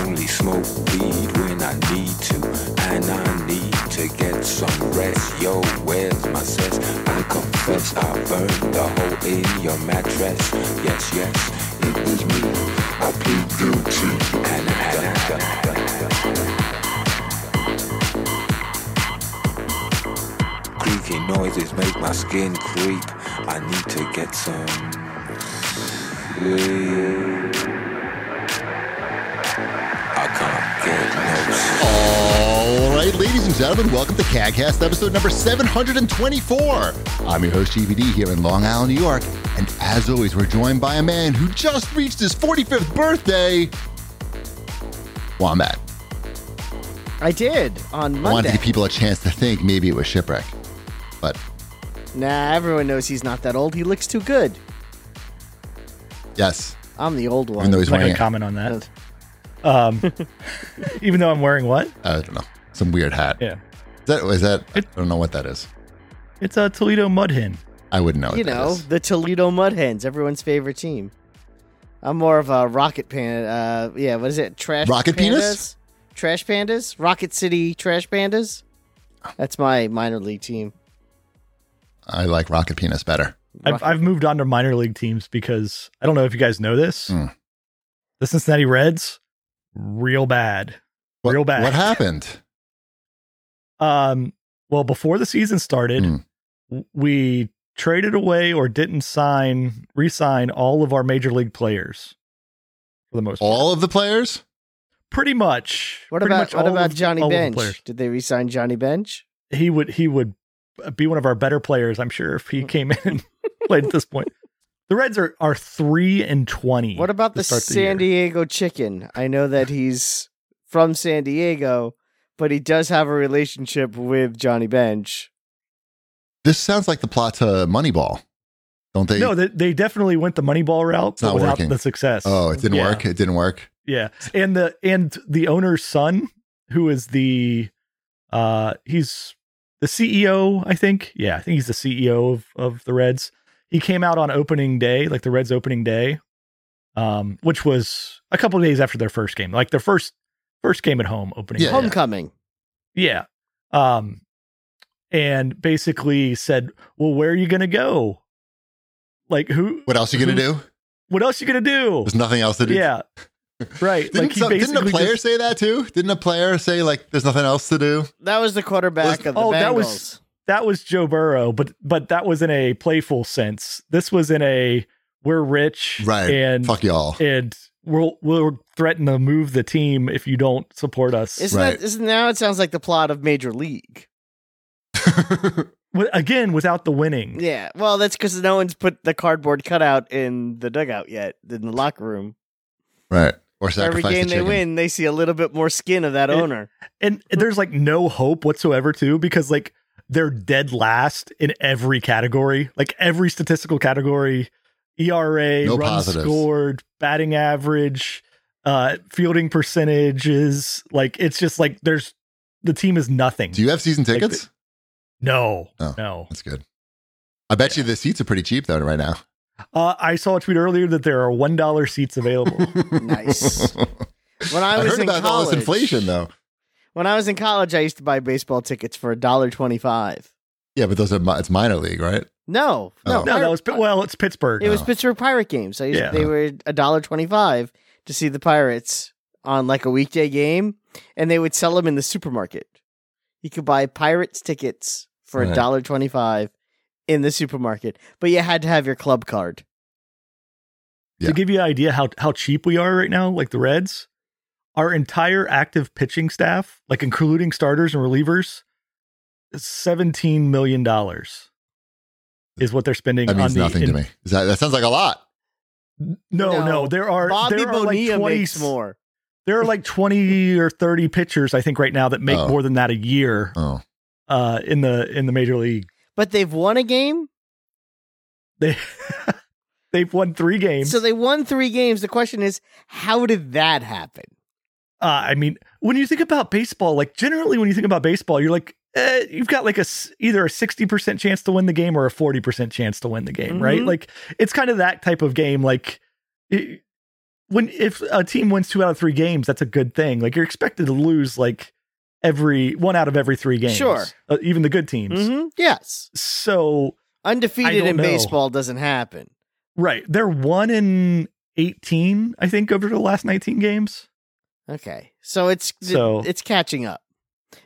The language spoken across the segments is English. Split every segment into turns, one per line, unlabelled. only smoke weed when I need to, and I need to get some rest. Yo, where's my sense? I confess I burned the hole in your mattress. Yes, yes, it was me. I plead guilty. And I, and I- Creaky noises make my skin creep. I need to get some sleep. I can't get no sleep.
All right, ladies and gentlemen, welcome to CAGcast episode number 724. I'm your host, GVD, here in Long Island, New York. And as always, we're joined by a man who just reached his 45th birthday, Wombat.
I did on
I wanted to
Monday.
give people a chance to think maybe it was Shipwreck. But
nah, everyone knows he's not that old. He looks too good.
yes,
I'm the old one.
even though he's
I'm not
wearing,
going to
a-
comment on
Uh,
that. Um, even though I'm wearing what?
uh, I don't know, some weird hat.
Yeah.
Is that, is that I
It-
don't know what that is.
It's a Toledo mud hen.
I wouldn't know. what
you
that
know,
is.
the Toledo Mud Hens, everyone's favorite team. I'm more of a rocket panda. Uh, yeah, what is it? Trash
Rocket
pandas?
penis?
Trash pandas? Rocket City Trash Pandas? That's my minor league team.
I like Rocket Penis better.
I've,
Rocket-
I've moved on to minor league teams because I don't know if you guys know this.
Hmm.
The Cincinnati Reds, real bad.
What,
Real bad.
What happened?
Um, well, before the season started,
Hmm.
w- we traded away or didn't sign, re sign all of our major league players for the most part.
All of the players?
Pretty much.
What
pretty
about
much
what
all
about
of- all
Johnny
of the
Bench?
players.
Did they resign Johnny Bench?
he would he would be one of our better players, I'm sure, if he
Mm-hmm.
came in and played at this point. The Reds are are three and twenty.
What about
to
the
start
San
year.
Diego Chicken? I know that he's from San Diego, but he does have a relationship with Johnny Bench.
This sounds like the plot to Moneyball, don't they?
No, they, they definitely went the Moneyball route,
not
but without
working.
the success.
oh, it didn't
Yeah.
work. It didn't work.
Yeah, and the and the owner's son, who is the, uh, he's the CEO, I think. Yeah, I think he's the CEO of of the Reds. He came out on opening day, like the Reds' opening day, um, which was a couple of days after their first game, like their first first game at home opening.
Yeah.
day.
Homecoming.
Yeah. Um, and basically said, "Well, where are you gonna go? Like, who?
What else you gonna do?
What else you gonna do?
There's nothing else to do.
Mm-hmm. Yeah, right.
Didn't,
like, he
some- didn't a
basically
player
just-
say that too? Didn't a player say like there's nothing else to do?
That was the quarterback
Was-
of the
oh,
Bengals.
that was- that was Joe Burrow, but but that was in a playful sense. This was in a we're rich,
Right.
And
Fuck y'all.
and we'll we'll threaten to move the team if you don't support us.
isn't
Right.
that isn't now it sounds like the plot of Major League.
Wi- Again, without the winning.
Yeah. Well, that's because no one's put the cardboard cutout in the dugout yet in the locker room.
right. Or
Every
sacrifice
game
the
they
chicken.
win, they see a little bit more skin of that
It-
owner.
and there's like no hope whatsoever too because like they're dead last in every category like every statistical category E era
No
runs
positives.
scored batting average uh fielding percentages like it's just like there's the team is nothing
Do you have season
Like,
tickets?
no
Oh.
no
That's good. I bet you the seats are pretty cheap though right now.
uh, i saw a tweet earlier that there are one dollar seats available
Nice. When I
I,
was
heard
in
about all
college,
this inflation though.
When I was in college, I used to buy baseball tickets for $1.25.
Yeah, but those are mi- it's minor league, right?
No,
Oh.
no,
no
I-
that was well it's pittsburgh
It was
Oh.
Pittsburgh Pirate games. I used,
Yeah.
They were a dollar twenty-five to see the Pirates on like a weekday game, and they would sell them in the supermarket. You could buy Pirates tickets for a
Right.
dollar twenty-five in the supermarket, but you had to have your club card.
Yeah.
To give you an idea how how cheap we are right now, like the Reds, our entire active pitching staff, like including starters and relievers, is seventeen million dollars is what they're spending.
That means
on the,
nothing to
in-
me. Is that, that sounds like a lot.
No,
No.
no, there are
Bobby
there are
Bonilla
like twenty
makes more.
There are like twenty or thirty pitchers, I think, right now that make
Oh.
more than that a year
Oh.
uh, in the in the major league.
But they've won a game,
They they've won three games.
so they won three games. The question is, how did that happen?
uh, I mean, when you think about baseball, like generally when you think about baseball, you're like, eh, you've got like a s- either a sixty percent chance to win the game or a
Mm-hmm.
forty percent chance to win the game, right?
Mhm.
Like it's kind of that type of game. Like it, when if a team wins two out of three games, that's a good thing. Like you're expected to lose like every one out of every three games.
Sure.
uh, even the good teams.
Mhm, Yes.
So I
Undefeated
don't
in
know.
baseball doesn't happen.
right, they're one in eighteen, I think, over the last nineteen games.
Okay. So it's
So-
it's catching up.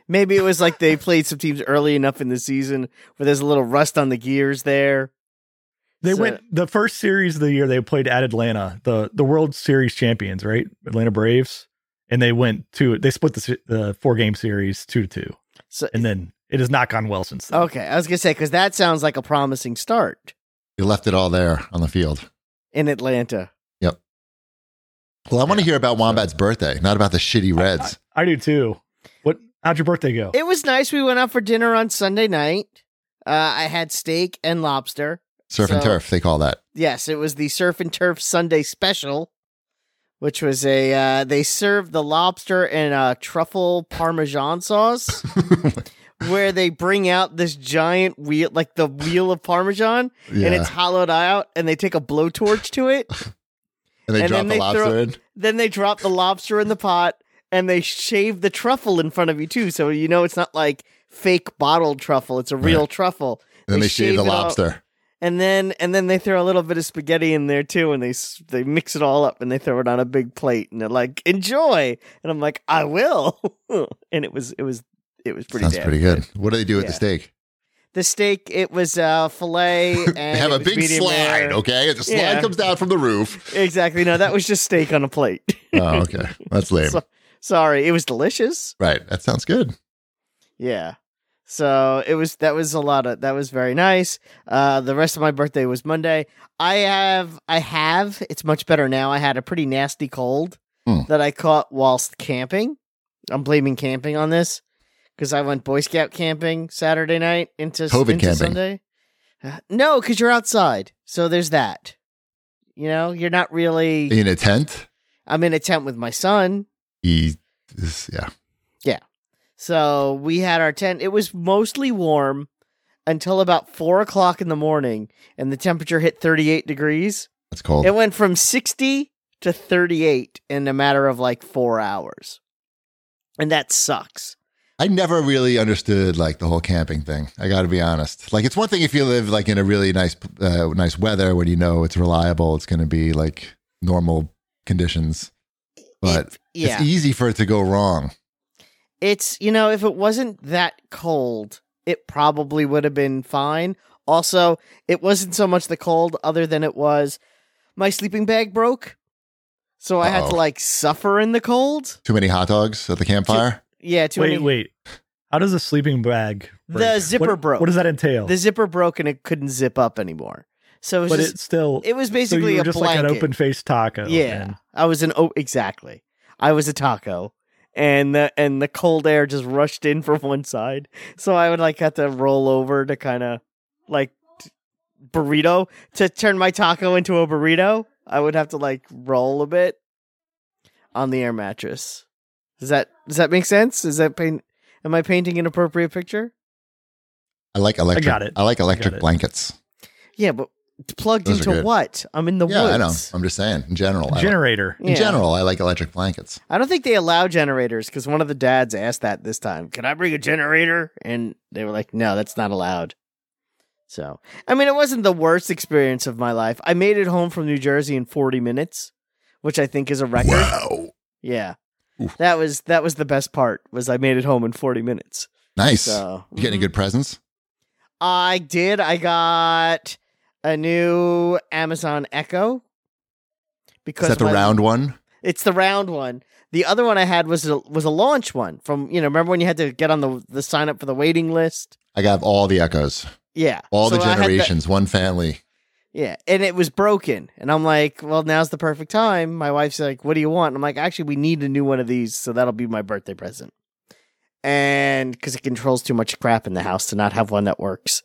Maybe it was like they played some teams early enough in the season where there's a little rust on the gears there.
They
So-
went the first series of the year. They played at Atlanta, the the World Series champions, right? Atlanta Braves, and they went to they split the the four game series two to two,
So
and then it has not gone well since then.
okay, I was gonna say because that sounds like a promising start
You left it all there on the field.
in Atlanta.
Well, I want to hear about Wombat's birthday, not about the shitty Reds.
I do too. What? How'd your birthday go?
It was nice. We went out for dinner on Sunday night. Uh, I had steak and lobster.
Surf and
so-
turf, they call that.
Yes, it was the Surf and Turf Sunday special, which was a uh, they served the lobster in a truffle parmesan sauce, where they bring out this giant wheel, like the wheel of parmesan,
Yeah.
and it's hollowed out, and they take a blowtorch to it.
And they
and
drop
then
the
they
lobster
throw-
in.
then they drop the lobster in the pot, and they shave the truffle in front of you too, so you know it's not like fake bottled truffle; it's a real
Right.
truffle.
And then they, shave the
it all-
lobster.
and then and then they throw a little bit of spaghetti in there too, and they s- they mix it all up and they throw it on a big plate, and they're like, "Enjoy," and I'm like, "I will," and it was it was it was pretty.
Sounds
damn
pretty good. What do they do with the
Yeah.
steak?
The steak it was uh, fillet. And
They have
it
a
was
big
medium
slide,
rare.
okay? The slide
Yeah.
comes down from the roof.
Exactly. No, that was just steak on a plate.
Oh, okay. That's lame.
So- Sorry, it was delicious.
right. That sounds good.
Yeah. So it was that was a lot of that was very nice. Uh the rest of my birthday was Monday. I have I have it's much better now. I had a pretty nasty cold
Hmm.
that I caught whilst camping. I'm blaming camping on this because I went Boy Scout camping Saturday night into,
COVID
into
camping.
Sunday. Uh, no, because you're outside, so there's that. You know, you're not really.
In a tent,
I'm in a tent with my son,
he is, yeah.
So we had our tent. It was mostly warm until about four o'clock in the morning, and the temperature hit 38 degrees.
That's cold.
It went from 60 to 38 in a matter of like four hours. And that sucks.
I never really understood like the whole camping thing. I got to be honest. Like it's one thing if you live like in a really nice uh, nice weather when you know it's reliable, it's going to be like normal conditions. But
It- yeah.
it's easy for it to go wrong.
it's you know if it wasn't that cold it probably would have been fine also it wasn't so much the cold other than it was my sleeping bag broke so i had to
Uh-oh.
like suffer in the cold
Too many hot dogs at the campfire.
yeah too
wait,
many-
wait. How does a sleeping bag?
The
break?
zipper
What-
broke.
What does that entail?
the zipper broke and it couldn't zip up anymore so it was
Oh. but
just,
it still.
it, was
so you
basically
were
a
just
blanket.
like an open faced taco.
yeah
and-
i was an oh exactly i was a taco and the and the cold air just rushed in from one side so i would like have to roll over to kind of like t- burrito to turn my taco into a burrito i would have to like roll a bit on the air mattress does that does that make sense is that paint am i painting an appropriate picture
I like electric.
got it.
I like
I got
electric
it.
blankets.
yeah but plugged
Those are
into
good.
what i'm in the
yeah,
woods
I know. I'm just saying. In general, I like-
Generator.
in
Yeah.
general, I like electric blankets.
I don't think they allow generators because one of the dads asked that this time. Can I bring a generator? And they were like, no, that's not allowed. So, I mean, it wasn't the worst experience of my life. I made it home from New Jersey in 40 minutes, which I think is a record.
Wow,
Yeah.
Oof.
That was that was the best part was I made it home in 40 minutes.
nice.
So, mm-hmm.
You get any good presents?
I did. I got a new Amazon Echo because
Is that the
my-
round one?
It's the round one. The other one I had was a, was a launch one from you know remember when you had to get on the the sign up for the waiting list.
I got all the echoes,
Yeah,
all the
So I had that-
generations, one family.
yeah, and it was broken, and I'm like, well, now's the perfect time. My wife's like, what do you want? And I'm like, actually, we need a new one of these, so that'll be my birthday present. And because it controls too much crap in the house to not have one that works.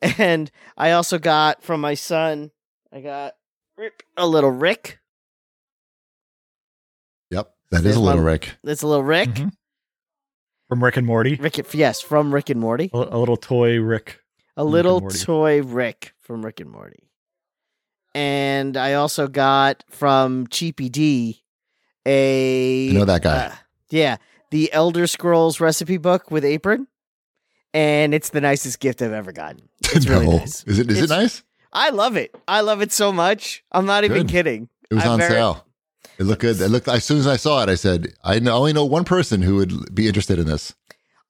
And I also got from my son, I got rip, a little Rick.
Yep, that
There's
is a little
one-
Rick.
That's a little Rick.
Mhm. From Rick and Morty.
Rick, yes, from Rick and Morty.
A, a little toy Rick.
A
Rick
little
and Morty.
toy Rick from Rick and Morty. and I also got from Cheapy D a
I know that guy.
uh, yeah, the Elder Scrolls recipe book with apron, and it's the nicest gift I've ever gotten. It's really
No.
nice.
Is it? Is
It's-
it nice?
I love it. I love it so much. I'm not even
Good.
kidding.
It was
I'm
on
very-
sale. It looked good. It looked. As soon as I saw it, I said, "I know, only know one person who would be interested in this."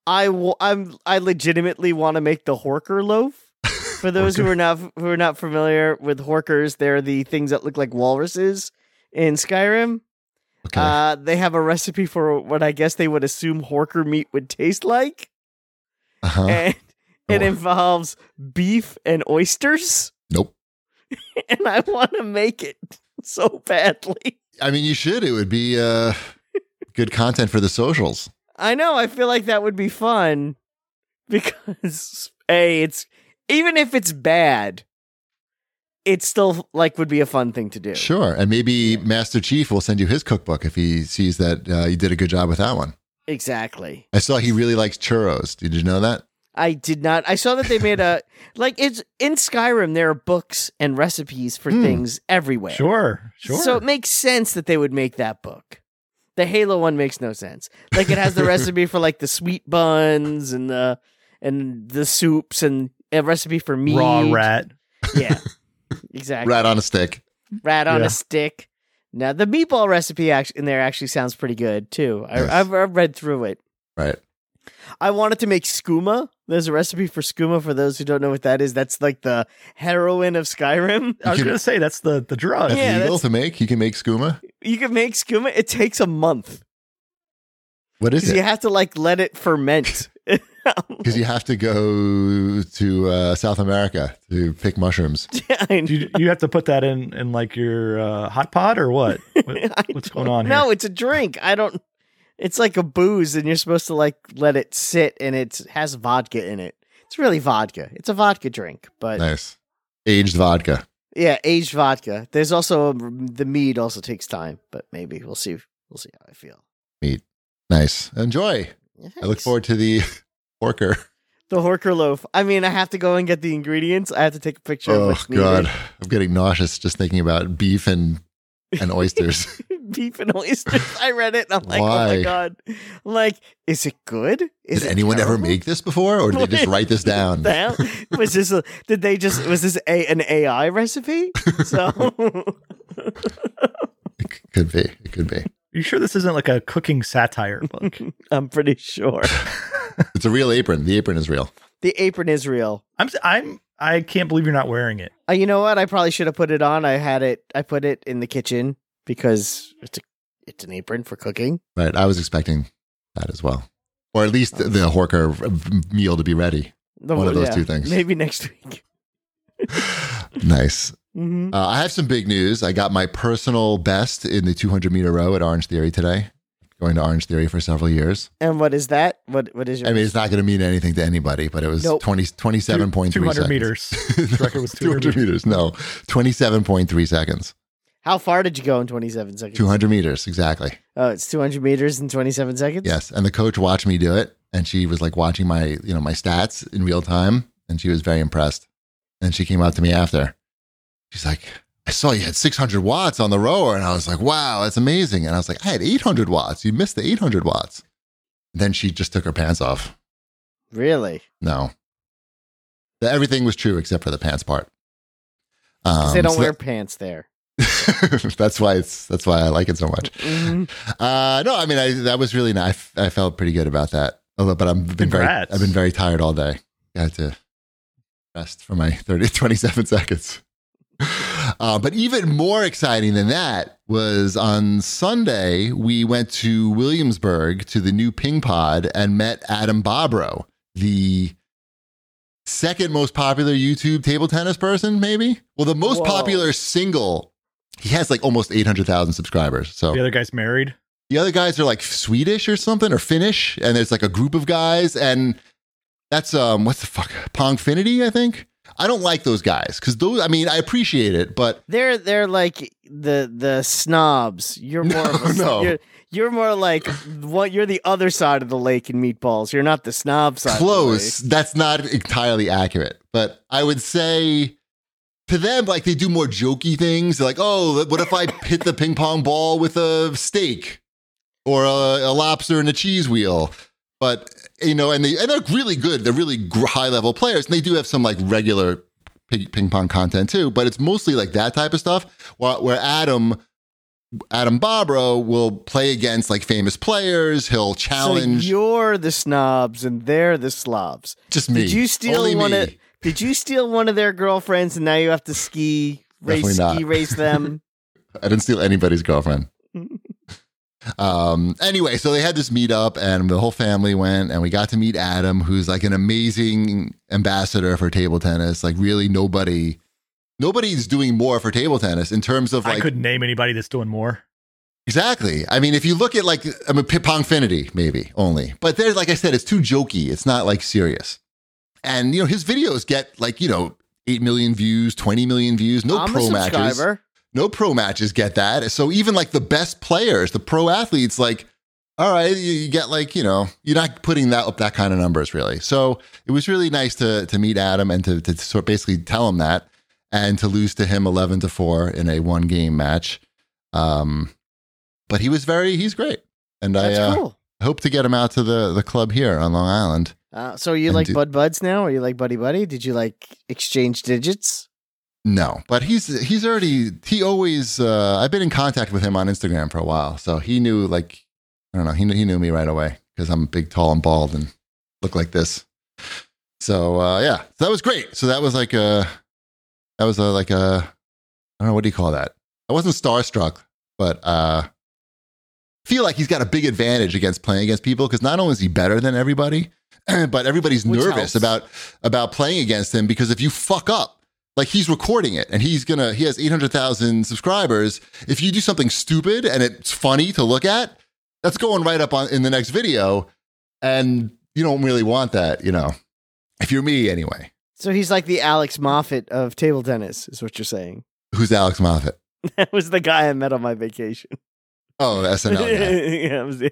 I w- I'm I legitimately want to make the horker loaf. For those who are not who are not familiar with horkers, they're the things that look like walruses in Skyrim.
Okay.
Uh, they have a recipe for what I guess they would assume horker meat would taste like,
Uh-huh.
and it
Oh.
involves beef and oysters.
Nope.
and I want to make it so badly.
I mean, you should. It would be uh, good content for the socials.
I know. I feel like that would be fun because a it's even if it's bad, it still like would be a fun thing to do.
Sure, and maybe Master Chief will send you his cookbook if he sees that uh, you did a good job with that one.
Exactly.
I saw he really likes churros. Did you know that?
I did not. I saw that they made a like it's in Skyrim. There are books and recipes for
Hmm.
things everywhere.
Sure, sure.
So it makes sense that they would make that book. The Halo one makes no sense. Like it has the recipe for like the sweet buns and the and the soups and a recipe for meat.
Raw rat.
Yeah. Exactly.
Rat on a stick.
rat on
Yeah.
a stick. Now the meatball recipe act- in there actually sounds pretty good too. I,
Yes.
I've, I've read through it.
Right.
I wanted to make skooma. There's a recipe for skooma for those who don't know what that is. That's like the heroin of Skyrim.
I was
You can-
gonna say that's the the drug.
That's
Yeah,
legal
that's-
to make. You can make skooma.
You can make skooma. It takes a month
What is
because
it?
you have to like let it ferment.
Because you have to go to uh, South America to pick mushrooms.
I
Do you, you have to put that in in like your uh, hot pot or what? what
I
what's
don't
going on here?
No, it's a drink. I don't. It's like a booze, and you're supposed to like let it sit, and it has vodka in it. It's really vodka. It's a vodka drink, but
Nice. Aged vodka.
yeah, aged vodka. There's also the mead. Also takes time, but maybe we'll see. We'll see how I feel.
Nice. Enjoy. I look
Thanks.
forward to the porker.
the horker loaf. I mean, I have to go and get the ingredients. I have to take a picture. of
Oh
what's needed.
God, I'm getting nauseous just thinking about beef and and oysters.
beef and oysters. I read it, and I'm like, oh
Why?
my god. I'm like, is it good? Is
did
it
anyone ever
terrible?
make this before, or did they just write this down?
The hell? Was this a, did they just was this a an AI recipe? So
It c- could be. It could be.
you sure this isn't like a cooking satire book?
I'm pretty sure
It's a real apron. The apron is real.
the apron is real.
I'm s- I'm I can't believe you're not wearing it.
Uh, you know what? I probably should have put it on. I had it. I put it in the kitchen because it's a, it's an apron for cooking.
Right. I was expecting that as well, or at least the, the horker meal to be ready.
The-
One of those two things.
Maybe next week.
nice.
hmm
Uh, I have some big news. I got my personal best in the 200 meter row at Orange Theory today. Going to Orange Theory for several years.
And what is that? What what is your?
I mean, it's not going to mean anything to anybody, but it was
Nope.
20,
Two-
27.3
200
seconds.
meters.
His
record was 200
meters. No, 27.3 seconds.
How far did you go in 27 seconds?
200 meters, exactly.
Oh, it's 200 meters in 27 seconds.
Yes. And the coach watched me do it and she was like watching my, you know, my stats in real time and she was very impressed. And she came up to me after. She's like, I saw you had 600 watts on the rower. And I was like, wow, that's amazing. And I was like, I had 800 watts. You missed the 800 watts. And then she just took her pants off.
Really?
No. The- Everything was true except for the pants part.
'Cause
Um,
they don't
so
wear pants there.
that- that's why it's that's why I like it so much.
Mhm.
Uh, no, I mean, I, that was really nice. I felt pretty good about that. Although, but I've been
Congrats.
very, I've been very tired all day. I had to rest for my 30, 27 seconds. Uh, but even more exciting than that was on Sunday, we went to Williamsburg to the new Ping Pod and met Adam Bobro, the second most popular YouTube table tennis person, maybe? Well, the most
Whoa.
popular single. He has like almost 800,000 subscribers. So
The other guy's married.
the other guys are like Swedish or something or Finnish, and there's like a group of guys, and that's um what's the fuck Pongfinity, I think. I don't like those guys because those. I mean, I appreciate it, but
They're they're like the the snobs. You're more of a,
No, no.
You're, you're more like what you're the other side of the lake in meatballs. You're not the snob side. of the
close. That's not entirely accurate, but I would say to them, like they do more jokey things. They're like, oh, what if I hit the ping pong ball with a steak or a, a lobster and a cheese wheel? But you know, and they and they're really good. They're really gr- high level players, and they do have some like regular ping, ping pong content too. But it's mostly like that type of stuff. Where, where Adam. Adam Barbro will play against like famous players. He'll challenge
So you're the snobs and they're the slobs.
just me.
Did you steal
Only
one
me.
of Did you steal one of their girlfriends and now you have to ski race
Definitely
ski
not.
race them?
I didn't steal anybody's girlfriend. um. Anyway, so they had this meetup, and the whole family went, and we got to meet Adam, who's like an amazing ambassador for table tennis. Like, really, nobody, nobody's doing more for table tennis in terms of
I
like
couldn't name anybody that's doing more.
exactly. I mean, if you look at like, I mean, Pongfinity maybe only, but there's like I said, it's too jokey. It's not like serious. And you know, his videos get like you know. 8 million views, 20 million views, no
I'm
pro
a
matches.
subscriber.
no pro matches get that. So even like the best players, the pro athletes, like, all right, you, you get like, you know, you're not putting that up that kind of numbers really. So it was really nice to to meet Adam and to to sort of basically tell him that and to lose to him eleven to four in a one game match. Um, but he was very he's great, and
That's
I uh,
cool.
hope to get him out to the the club here on Long Island.
Uh, so you
and
like
do-
bud buds now? Are you like buddy buddy? Did you like exchange digits?
No, but he's he's already he always uh, I've been in contact with him on Instagram for a while, so he knew like I don't know he knew he knew me right away because I'm big, tall, and bald and look like this. So uh, yeah, so that was great. So that was like a that was a, like a I don't know what do you call that? I wasn't starstruck, but uh, feel like he's got a big advantage against playing against people because not only is he better than everybody, but everybody's
Which
nervous
helps.
about about playing against him because if you fuck up, like he's recording it and he's gonna he has 800,000 subscribers if you do something stupid and it's funny to look at that's going right up on in the next video and you don't really want that you know if you're me anyway
So he's like the Alex Moffat of table tennis, is what you're saying.
who's Alex Moffat
That was the guy I met on my vacation.
oh SNL guy.
Yeah, it was-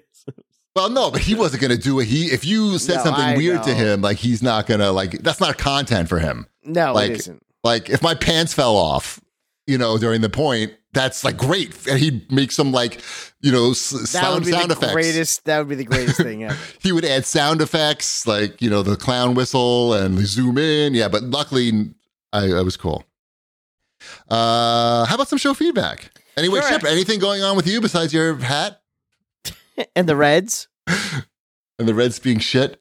well no but he wasn't gonna do it he if you said
No,
something
I
weird to
know.
him like he's not gonna like that's not content for him
no,
Like-
it isn't.
like if my pants fell off you know during the point that's like great and he'd make some like you know s-
That would
sound
be
sound
the
effects
greatest. That would be the greatest thing ever.
he would add sound effects like you know the clown whistle and zoom in yeah but luckily i, I was cool uh how about some show feedback anyway
Sure.
Chip, anything going on with you besides your hat
And the Reds,
and the reds being shit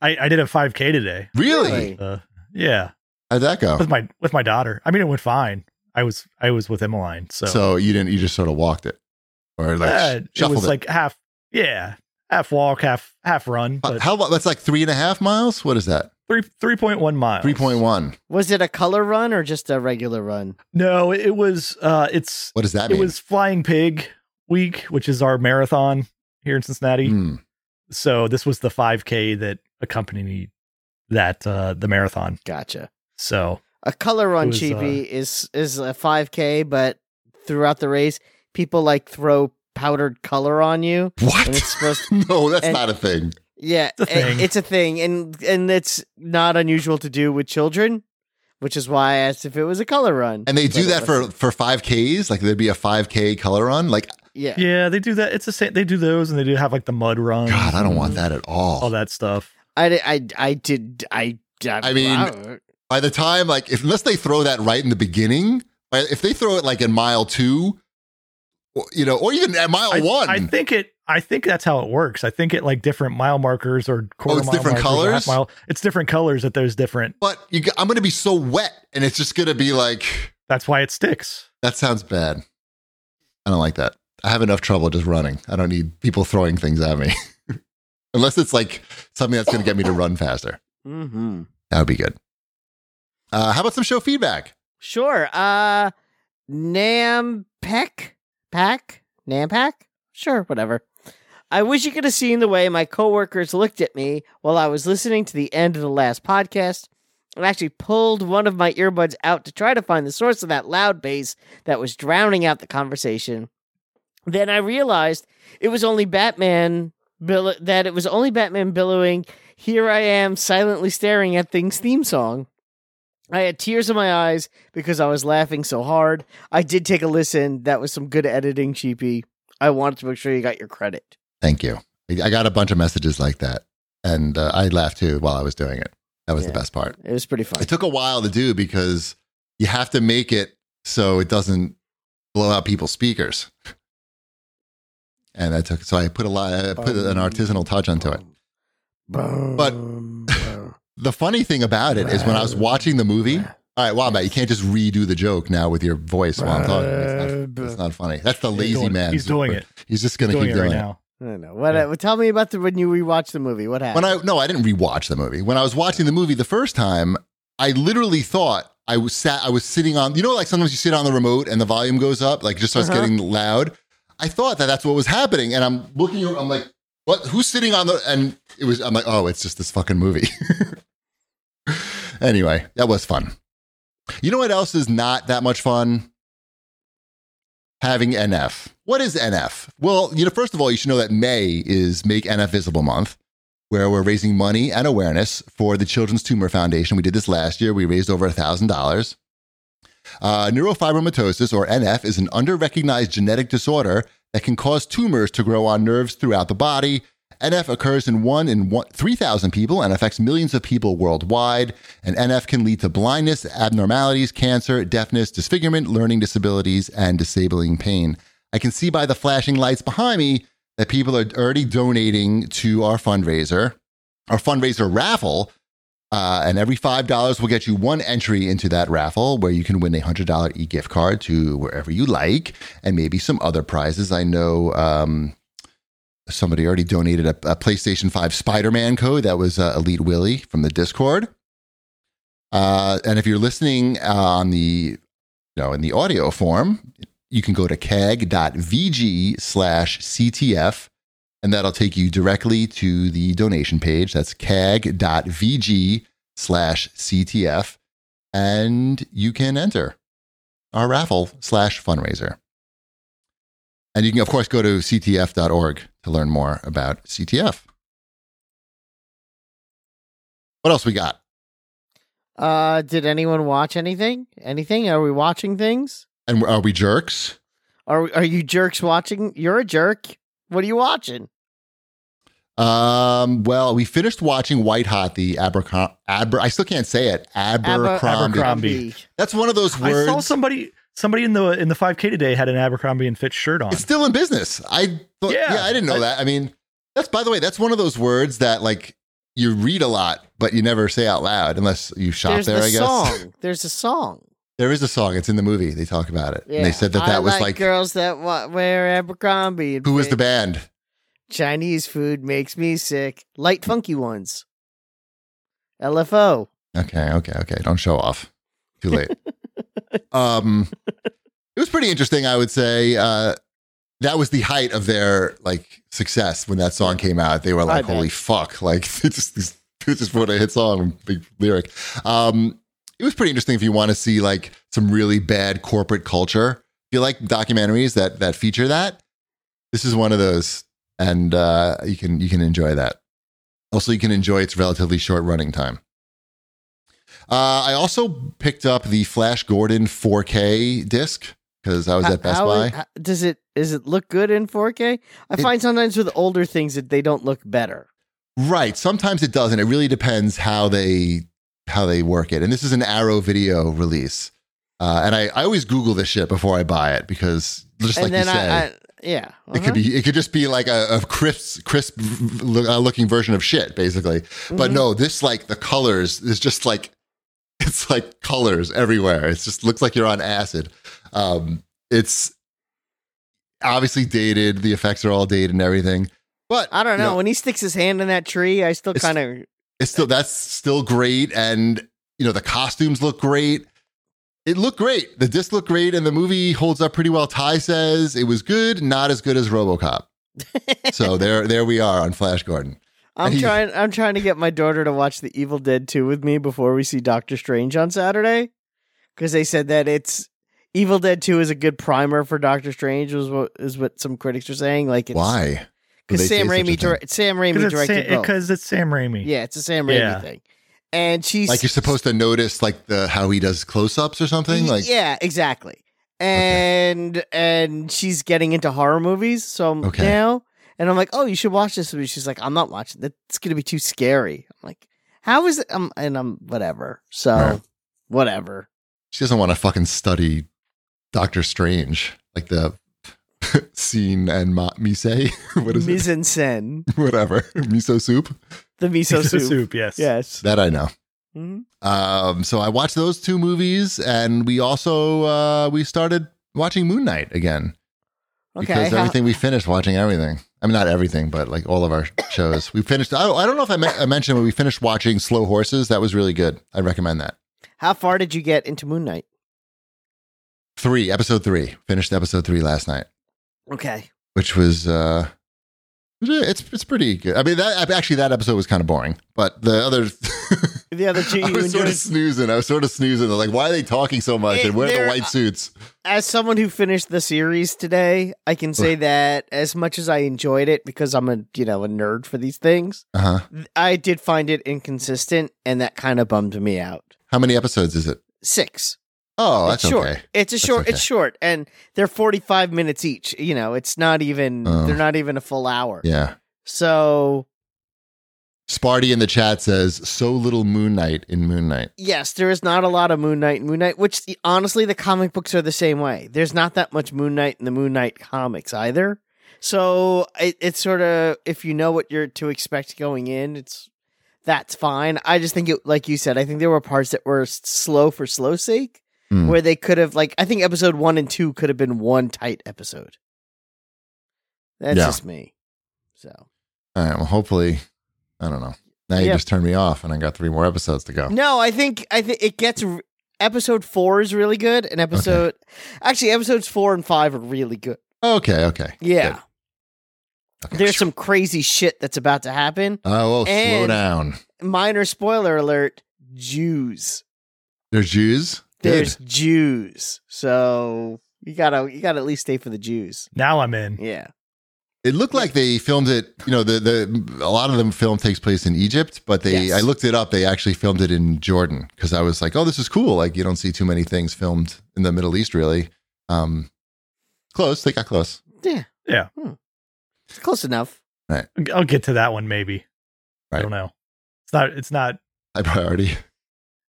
I, I did a 5K today.
really,
Really?
Uh, yeah,
how'd that go
with my with my daughter. I mean, it went fine. I was I was with Emmeline, so,
so, you didn't you just sort of walked it or like
uh,
sh-
it
shuffled
was like half yeah half walk half half run,
Uh,
but
how lo- that's like three and a half miles what is that
three three point one miles.
3.1
was it a color run or just a regular run?
No, it was uh, it's
what does that
it
mean
was Flying Pig Week, which is our marathon here in Cincinnati.
Hmm.
So this was the 5K that accompanied that uh, the marathon.
Gotcha.
So
A color run,
It was, uh,
Chibi, is is a 5K, but throughout the race, people like throw powdered color on you, and
what
it's supposed.
no that's
and-
not a thing
Yeah,
It's a
i-
thing.
it's a thing, and and it's not unusual to do with children, which is why I asked if it was a color run.
and they
But
do
it
that for
wasn't.
for 5ks like there'd be a 5k color run like
yeah.
yeah, they do that. It's the same. They do those, and they do have like the mud run.
God, I don't want that at all.
All that stuff.
I, di- I, I did I I,
I mean-
I-
By the time, like, if, unless they throw that right in the beginning, by- if they throw it like in mile two, or, you know, or even at mile
I,
one,
I think it. I think that's how it works. I think it like different mile markers or quarter
Oh, it's
mile
different
markers or
colors?
half mile. It's different colors at those different.
but you, g- I'm going to be so wet, and it's just going to be like
That's why it sticks.
that. Sounds bad. I don't like that. I have enough trouble just running. I don't need people throwing things at me, unless it's like something that's going to get me to run faster.
mm-hmm.
That would be good. Uh, how about some show feedback?
Sure. Uh Nam Peck? Pack? Nam Pack? Sure, whatever. I wish you could have seen the way my coworkers looked at me while I was listening to the end of the last podcast. I actually pulled one of my earbuds out to try to find the source of that loud bass that was drowning out the conversation. Then I realized it was only Batman bill- that it was only Batman billowing. Here I am silently staring at things theme song. I had tears in my eyes because I was laughing so hard. I did take a listen. That was some good editing, Cheapy. I wanted to make sure you got your credit.
Thank you. I got a bunch of messages like that, and uh, I laughed too while I was doing it. That was the
Yeah.
best part.
It was pretty fun.
It took a while to do because you have to make it so it doesn't blow out people's speakers. And I took so I put a lot, I put an artisanal touch onto it. But- The funny thing about it is when I was watching the movie, all right, wow, Matt, you can't just redo the joke now with your voice while I'm talking. It's not, it's not funny. That's the lazy
he's doing,
man.
He's doing it.
He's just
He's
going to
doing
keep
it right
doing it.
now.
I don't know. What, uh, tell me about the when you rewatch the movie. What happened?
When I no, I didn't rewatch the movie. When I was watching the movie the first time, I literally thought I was sat. I was sitting on. You know, like sometimes you sit on the remote and the volume goes up, like it just starts
Uh-huh.
getting loud. I thought that that's what was happening, and I'm looking. I'm like, what? Who's sitting on the? And it was. I'm like, oh, it's just this fucking movie. anyway, that was fun. You know what else is not that much fun? Having NF. What is NF? Well, you know, first of all, you should know that May is Make NF Visible Month where we're raising money and awareness for the Children's Tumor Foundation. We did this last year. We raised over $1,000. Uh, neurofibromatosis, or NF, is an underrecognized genetic disorder that can cause tumors to grow on nerves throughout the body. NF occurs in one in one- 3,000 people and affects millions of people worldwide. And NF can lead to blindness, abnormalities, cancer, deafness, disfigurement, learning disabilities, and disabling pain. I can see by the flashing lights behind me that people are already donating to our fundraiser, our fundraiser raffle. Uh, and every $5 will get you one entry into that raffle where you can win a $100 e gift card to wherever you like and maybe some other prizes. I know um, somebody already donated a, a PlayStation 5 Spider Man code. That was uh, Elite Willie from the Discord. Uh, and if you're listening uh, on the, you know, in the audio form, you can go to keg.vg slash CTF, and that'll take you directly to the donation page. That's keg.vg slash CTF, and you can enter our raffle slash fundraiser. And you can, of course, go to ctf.org to learn more about CTF. What else we got?
uh, did anyone watch anything? Anything? Are we watching things?
And are we jerks?
Are we- are you jerks watching? You're a jerk. What are you watching?
Um. Well, we finished watching White Hot, the Abercrombie. Aber- I still can't say it. Abercrombie.
Abercrombie.
That's one of those words.
I saw somebody somebody in the in the 5K today had an Abercrombie and Fitch shirt on.
It's still in business. I thought, yeah.
Yeah.
I didn't know
I-
that. I mean, that's by the way, that's one of those words that like you read a lot, but you never say out loud unless you shop
There's
there.
the
I guess
song. There's a song.
there is a song. It's in the movie. They talk about it. And
Yeah.
they said that
I
that was like,
girls that wa- wear Abercrombie. and
who was the
fit.
band?
Chinese food makes me sick. Light funky ones. LFO.
Okay, okay, okay. Don't show off. Too late. um, it was pretty interesting. I would say uh, that was the height of their like success when that song came out. They were like,
bet.
"Holy fuck!" Like, they just this just wrote a hit song, big lyric. Um, it was pretty interesting if you want to see like some really bad corporate culture. If you like documentaries that that feature that, this is one of those, and uh, you can you can enjoy that. Also, you can enjoy its relatively short running time. Uh, I also picked up the Flash Gordon 4K disc because I was
How-
at Oh, Best
how
Buy.
is- uh, how- does it is it look good in 4K? I
It-
find sometimes with older things that they don't look better.
Right. Sometimes it doesn't. It really depends how they how they work it. And this is an Arrow Video release. Uh, and I, I always Google this shit before I buy it because just like
and
you
then
say,
I, uh-huh. I yeah.
it could be it could just be like a, a crisp crisp lo- uh, looking version of shit basically.
uh-huh,
But
Mm-hmm.
no, this like the colors is just like it's like colors everywhere. It just looks like you're on acid. Um, it's obviously dated. The effects are all dated and everything. But
mm-hmm. I don't
you
know. When he sticks his hand in that tree, I still
It's-
kind of
it's still that's still great and you know the costumes look great it looked great the disc looked great and the movie holds up pretty well ty says it was good not as good as robocop so there there we are on flash gordon
I'm
he-
trying I'm trying to get my daughter to watch The Evil Dead 2 with me before we see Doctor Strange on Saturday cuz they said that it's Evil Dead 2 is a good primer for Doctor Strange was what is what some critics are saying like it's
why Do
cuz
they
Sam
say such a
Raimi
thing?
dir- Sam Raimi
Because it's,
directed
Sam-
both.
'cause it's Sam Raimi.
Yeah, it's a Sam Raimi
Yeah.
thing. and she's
Like you're supposed to notice like the how he does close ups or something.
Y-
Like
yeah, exactly. And and she's getting into horror movies, so I'm
Okay.
now and I'm like, oh, you should watch this movie. She's like, I'm not watching. that. It's gonna be too scary. I'm like, how is it? Um, and I'm whatever. So
Right.
whatever.
she doesn't want to fucking study Doctor Strange. Like the scene and ma- mise. what is
Mise en scène,
it? Whatever. Miso soup.
the miso soup.
yes.
Yes.
That I know.
Mhm.
Um, so I watched those two movies, and we also uh, we started watching Moon Knight again
Okay.
because
how-
everything we finished watching everything. I mean, not everything, but like all of our shows. We finished. I, I don't know if I, me- I mentioned when we finished watching Slow Horses. That was really good. I recommend that.
how far did you get into Moon Knight?
Three episode three finished episode three last night,
Okay.
which was uh, it's it's pretty good. I mean, that actually that episode was kind of boring, but the other.
The other two you
I was sort
enjoyed-
of snoozing. I was sort of snoozing. Like, why are they talking so much?
Eh,
and wearing the
they're-
white suits.
as someone who finished the series today, I can say that as much as I enjoyed it because I'm a you know a nerd for these things,
Uh huh.
I did find it inconsistent, and that kind of bummed me out.
How many episodes is it?
Six.
Oh, that's
it's short.
okay.
It's a short.
okay.
It's short, and they're forty five minutes each. You know, it's not even.
Oh.
They're not even a full hour.
Yeah.
So
Sparty in the chat says so little Moon Knight in Moon Knight.
yes, there is not a lot of Moon Knight and Moon Knight. Which the- honestly, the comic books are the same way. There's not that much Moon Knight in the Moon Knight comics either. So it, it's sort of if you know what you're to expect going in, it's that's fine. I just think it, like you said, I think there were parts that were s- slow for slow sake,
Mm.
where they could have like I think episode one and two could have been one tight episode. That's
Yeah.
just me. So
All right. Well, hopefully, I don't know. Now you
Yeah.
just turned me off, and I got three more episodes to go.
No, I think I think it gets r- episode four is really good, and episode actually episodes four and five are really good.
Okay. Okay.
Yeah,
Okay.
there's some crazy shit that's about to happen.
Oh, well, slow
and-
down.
Minor spoiler alert: Jews.
There's Jews.
There's
Good.
Jews, so you gotta you gotta at least stay for the Jews.
Now I'm in.
Yeah,
It looked like they filmed it. You know, the the a lot of the film takes place in Egypt, but they
Yes.
I looked it up. They actually filmed it in Jordan because I was like, oh, this is cool. Like you don't see too many things filmed in the Middle East, really. Um, close. They got close.
yeah,
Yeah.
Hmm. It's close enough.
I'll get to that one maybe. I
Right.
don't know. It's not. It's not.
High priority.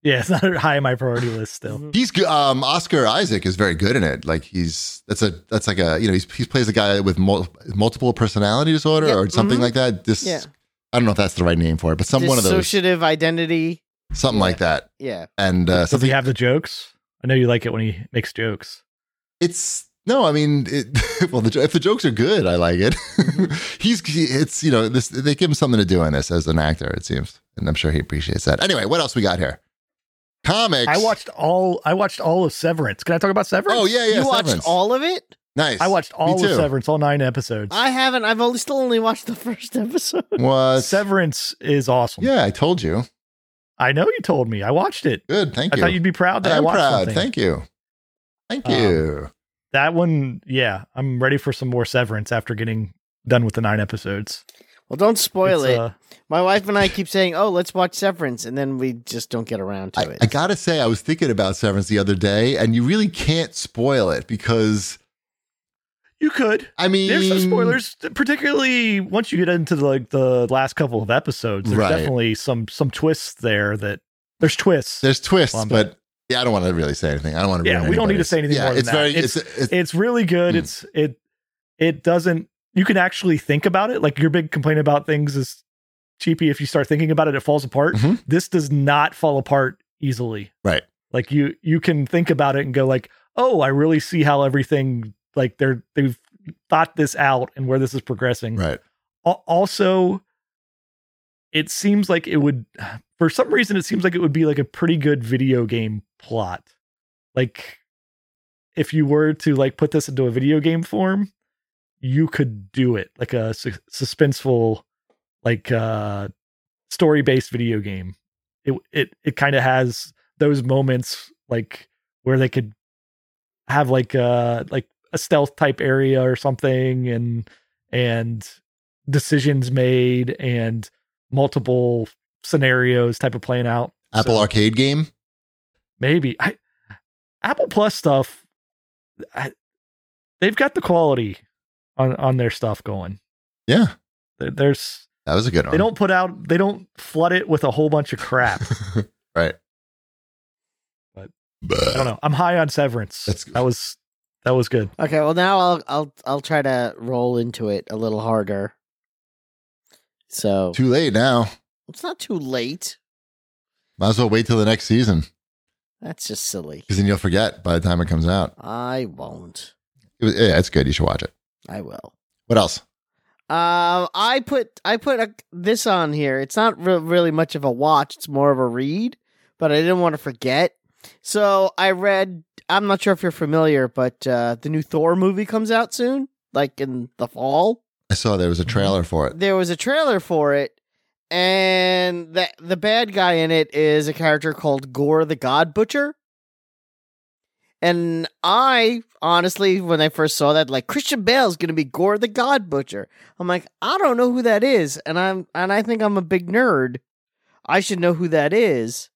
Yeah, it's not high on my priority list
Mm-hmm.
still.
He's go- um Oscar Isaac is very good in it. Like he's that's a that's like a you know he's, he plays a guy with mul- multiple personality disorder
Yeah,
or something
mhm.
like that. This
Yeah.
I don't know if that's the right name for it, but some one of those
Dissociative identity.
something like that.
Yeah,
And uh,
Does he
something
have the jokes? I know you like it when he makes jokes.
it's no, I mean it, well the jo- if the jokes are good, I like it.
Mm-hmm.
he's he, it's you know this they give him something to do in this as an actor it seems, and I'm sure he appreciates that. Anyway, what else we got here? Comics.
I watched all. I watched all of Severance. Can I talk about Severance?
Oh yeah, yeah.
you watched
Severance.
all of it.
Nice.
I watched all
Me
of
too.
Severance, all nine episodes.
I haven't. I've only still only watched the first episode.
Was
Severance is awesome.
yeah, I told you.
I know you told me. I watched it.
Good. Thank
I
you.
thought you'd be proud that I,
I'm
watched
proud.
something.
Thank you. Thank
Um,
you.
that one, yeah, I'm ready for some more Severance after getting done with the nine episodes.
Well, don't spoil
It's,
it.
uh,
My wife and I keep saying, "Oh, let's watch Severance," and then we just don't get around to
I,
it.
I gotta say, I was thinking about Severance the other day, and you really can't spoil it because
you could.
I mean,
There's
Mm.
some spoilers, particularly once you get into the, like the last couple of episodes. There's
Right.
definitely some some twists there that there's twists.
There's twists,
Well, I'm
but yeah, I don't want to really say anything. I don't want to.
Yeah, we don't need to say anything
Yeah,
more than
it's
that.
very. It's,
It's-
it's,
it's really good.
Hmm.
It's it it doesn't you can actually think about it. Like your big complaint about things is cheapy. If you start thinking about it, it falls apart.
Mhm.
This does not fall apart easily.
Right.
Like you you can think about it and go like, oh, I really see how everything like they're they've thought this out and where this is progressing.
right.
Al- also it seems like it would for some reason it seems like it would be like a pretty good video game plot like if you were to like put this into a video game form you could do it like a sus- suspenseful like uh story based video game it it it kind of has those moments like where they could have like uh like a stealth type area or something and and decisions made and multiple scenarios type of playing out.
Apple
So
Arcade game.
maybe I, Apple Plus stuff. I, they've got the quality on on their stuff going.
Yeah,
There- There's
that was a good one.
they don't put out they don't flood it with a whole bunch of crap.
right.
But- I don't
But
know. I'm high on Severance.
That's good.
That was that was good.
Okay, well now I'll I'll I'll try to roll into it a little harder. So
too late now.
it's not too late.
Might as well wait till the next season
That's just silly.
because then you'll forget by the time it comes out.
I won't.
It was, yeah, it's good. You should watch it.
I will.
What else?
Um, I put I put a, this on here. It's not re- really much of a watch. It's more of a read, but I didn't want to forget. So I read. I'm not sure if you're familiar, but uh, the new Thor movie comes out soon, like in the fall.
I saw there was
Mm-hmm.
a trailer for it.
there was a trailer for it, and the the bad guy in it is a character called Gore the God Butcher. And I honestly, when I first saw that, like Christian Bale's gonna be Gore the God Butcher. I'm like, I don't know who that is, and I'm and I think I'm a big nerd. I should know who that is.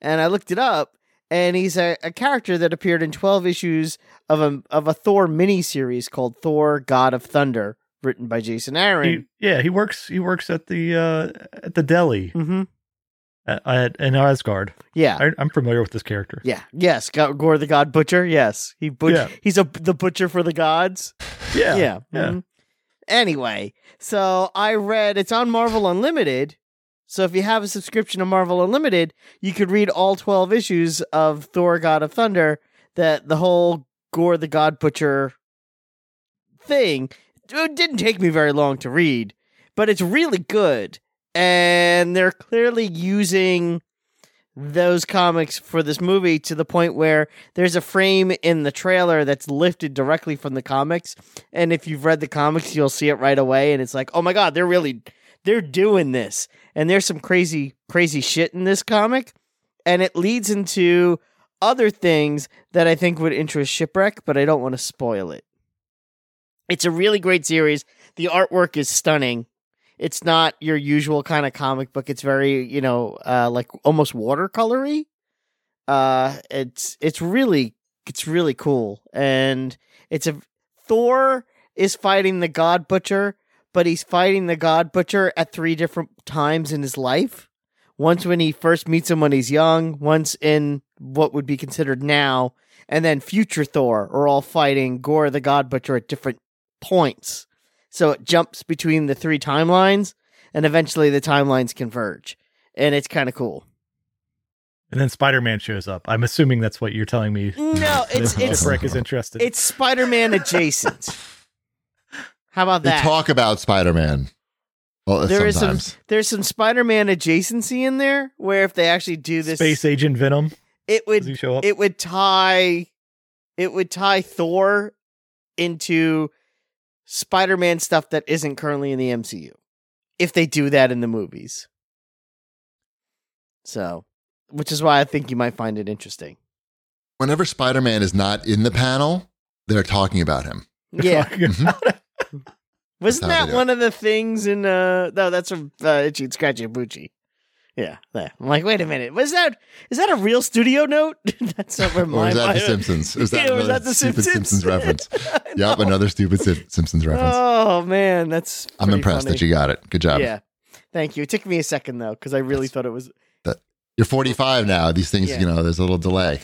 And I looked it up, and he's a, a character that appeared in twelve issues of a of a Thor miniseries called Thor God of Thunder, written by Jason Aaron.
He, yeah, he works he works at the uh at the deli
Mm-hmm.
at, at in Asgard.
Yeah.
I, I'm familiar with this character.
Yeah. Yes. Go- Gore the God Butcher. Yes. He butch-
Yeah.
He's a the butcher for the gods.
Yeah.
Yeah.
yeah.
Mhm. Anyway, so I read it's on Marvel Unlimited. So if you have a subscription to Marvel Unlimited, you could read all twelve issues of Thor: God of Thunder. That the whole Gore the God Butcher thing it didn't take me very long to read, but it's really good, and they're clearly using those comics for this movie to the point where there's a frame in the trailer that's lifted directly from the comics and if you've read the comics you'll see it right away and it's like oh my god they're really they're doing this and there's some crazy crazy shit in this comic and it leads into other things that i think would interest shipwreck but i don't want to spoil it it's a really great series the artwork is stunning it's not your usual kind of comic book it's very you know uh, like almost watercolory uh it's it's really it's really cool and it's a thor is fighting the god butcher but he's fighting the god butcher at three different times in his life once when he first meets him when he's young once in what would be considered now and then future thor are all fighting gore the god butcher at different points so it jumps between the three timelines and eventually the timelines converge and it's kind of cool
And then Spider Man shows up. I'm assuming that's what you're telling me.
no it's
If
it's
Rick is interested.
It's Spider Man adjacent. How about
They
that?
talk about Spider Man. Well,
There is
sometimes.
some there's some Spider Man adjacency in there where if they actually do this,
Space Agent Venom.
it
Does he
would
show up?
it would tie it would tie Thor into Spider Man stuff that isn't currently in the MCU. If they do that in the movies. So which is why I think you might find it interesting.
Whenever Spider Man is not in the panel, they're talking about him.
Yeah.
That's
Wasn't
how they
that
do
one of the things in uh no, that's from uh, Itchy and Scratchy and Poochie. Yeah, there. I'm like, wait a minute, was that is that a real studio note? that's not where
Or
my
is that The
my-
Simpsons? Is
Yeah,
that,
was
another
that The
stupid
Simpsons?
Simpsons reference?
I
Yep,
know.
another stupid Sim- Simpsons reference.
Oh man, that's
I'm
pretty
impressed
funny.
that you got it. Good job.
Yeah. Thank you. It took me a second though, because I really
That's-
thought it was
You're 45 now. These things,
Yeah.
you know, there's a little delay.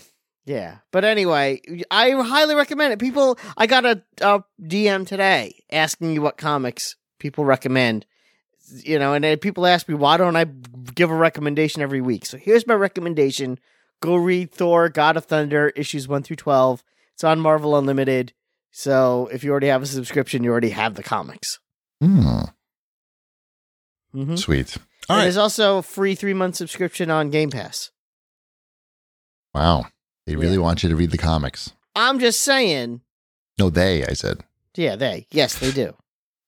Yeah. But anyway, I highly recommend it. People, I got a, a DM today asking you what comics people recommend. You know, and then people ask me, why don't I give a recommendation every week? So here's my recommendation go read Thor, God of Thunder, issues 1 through 12. It's on Marvel Unlimited. So if you already have a subscription, you already have the comics.
Hmm.
Mm-hmm.
Sweet. All right.
There's also a free three month subscription on Game Pass.
Wow. They really
Yeah.
want you to read the comics.
I'm just saying.
No, they, I said.
Yeah, they. Yes, they do.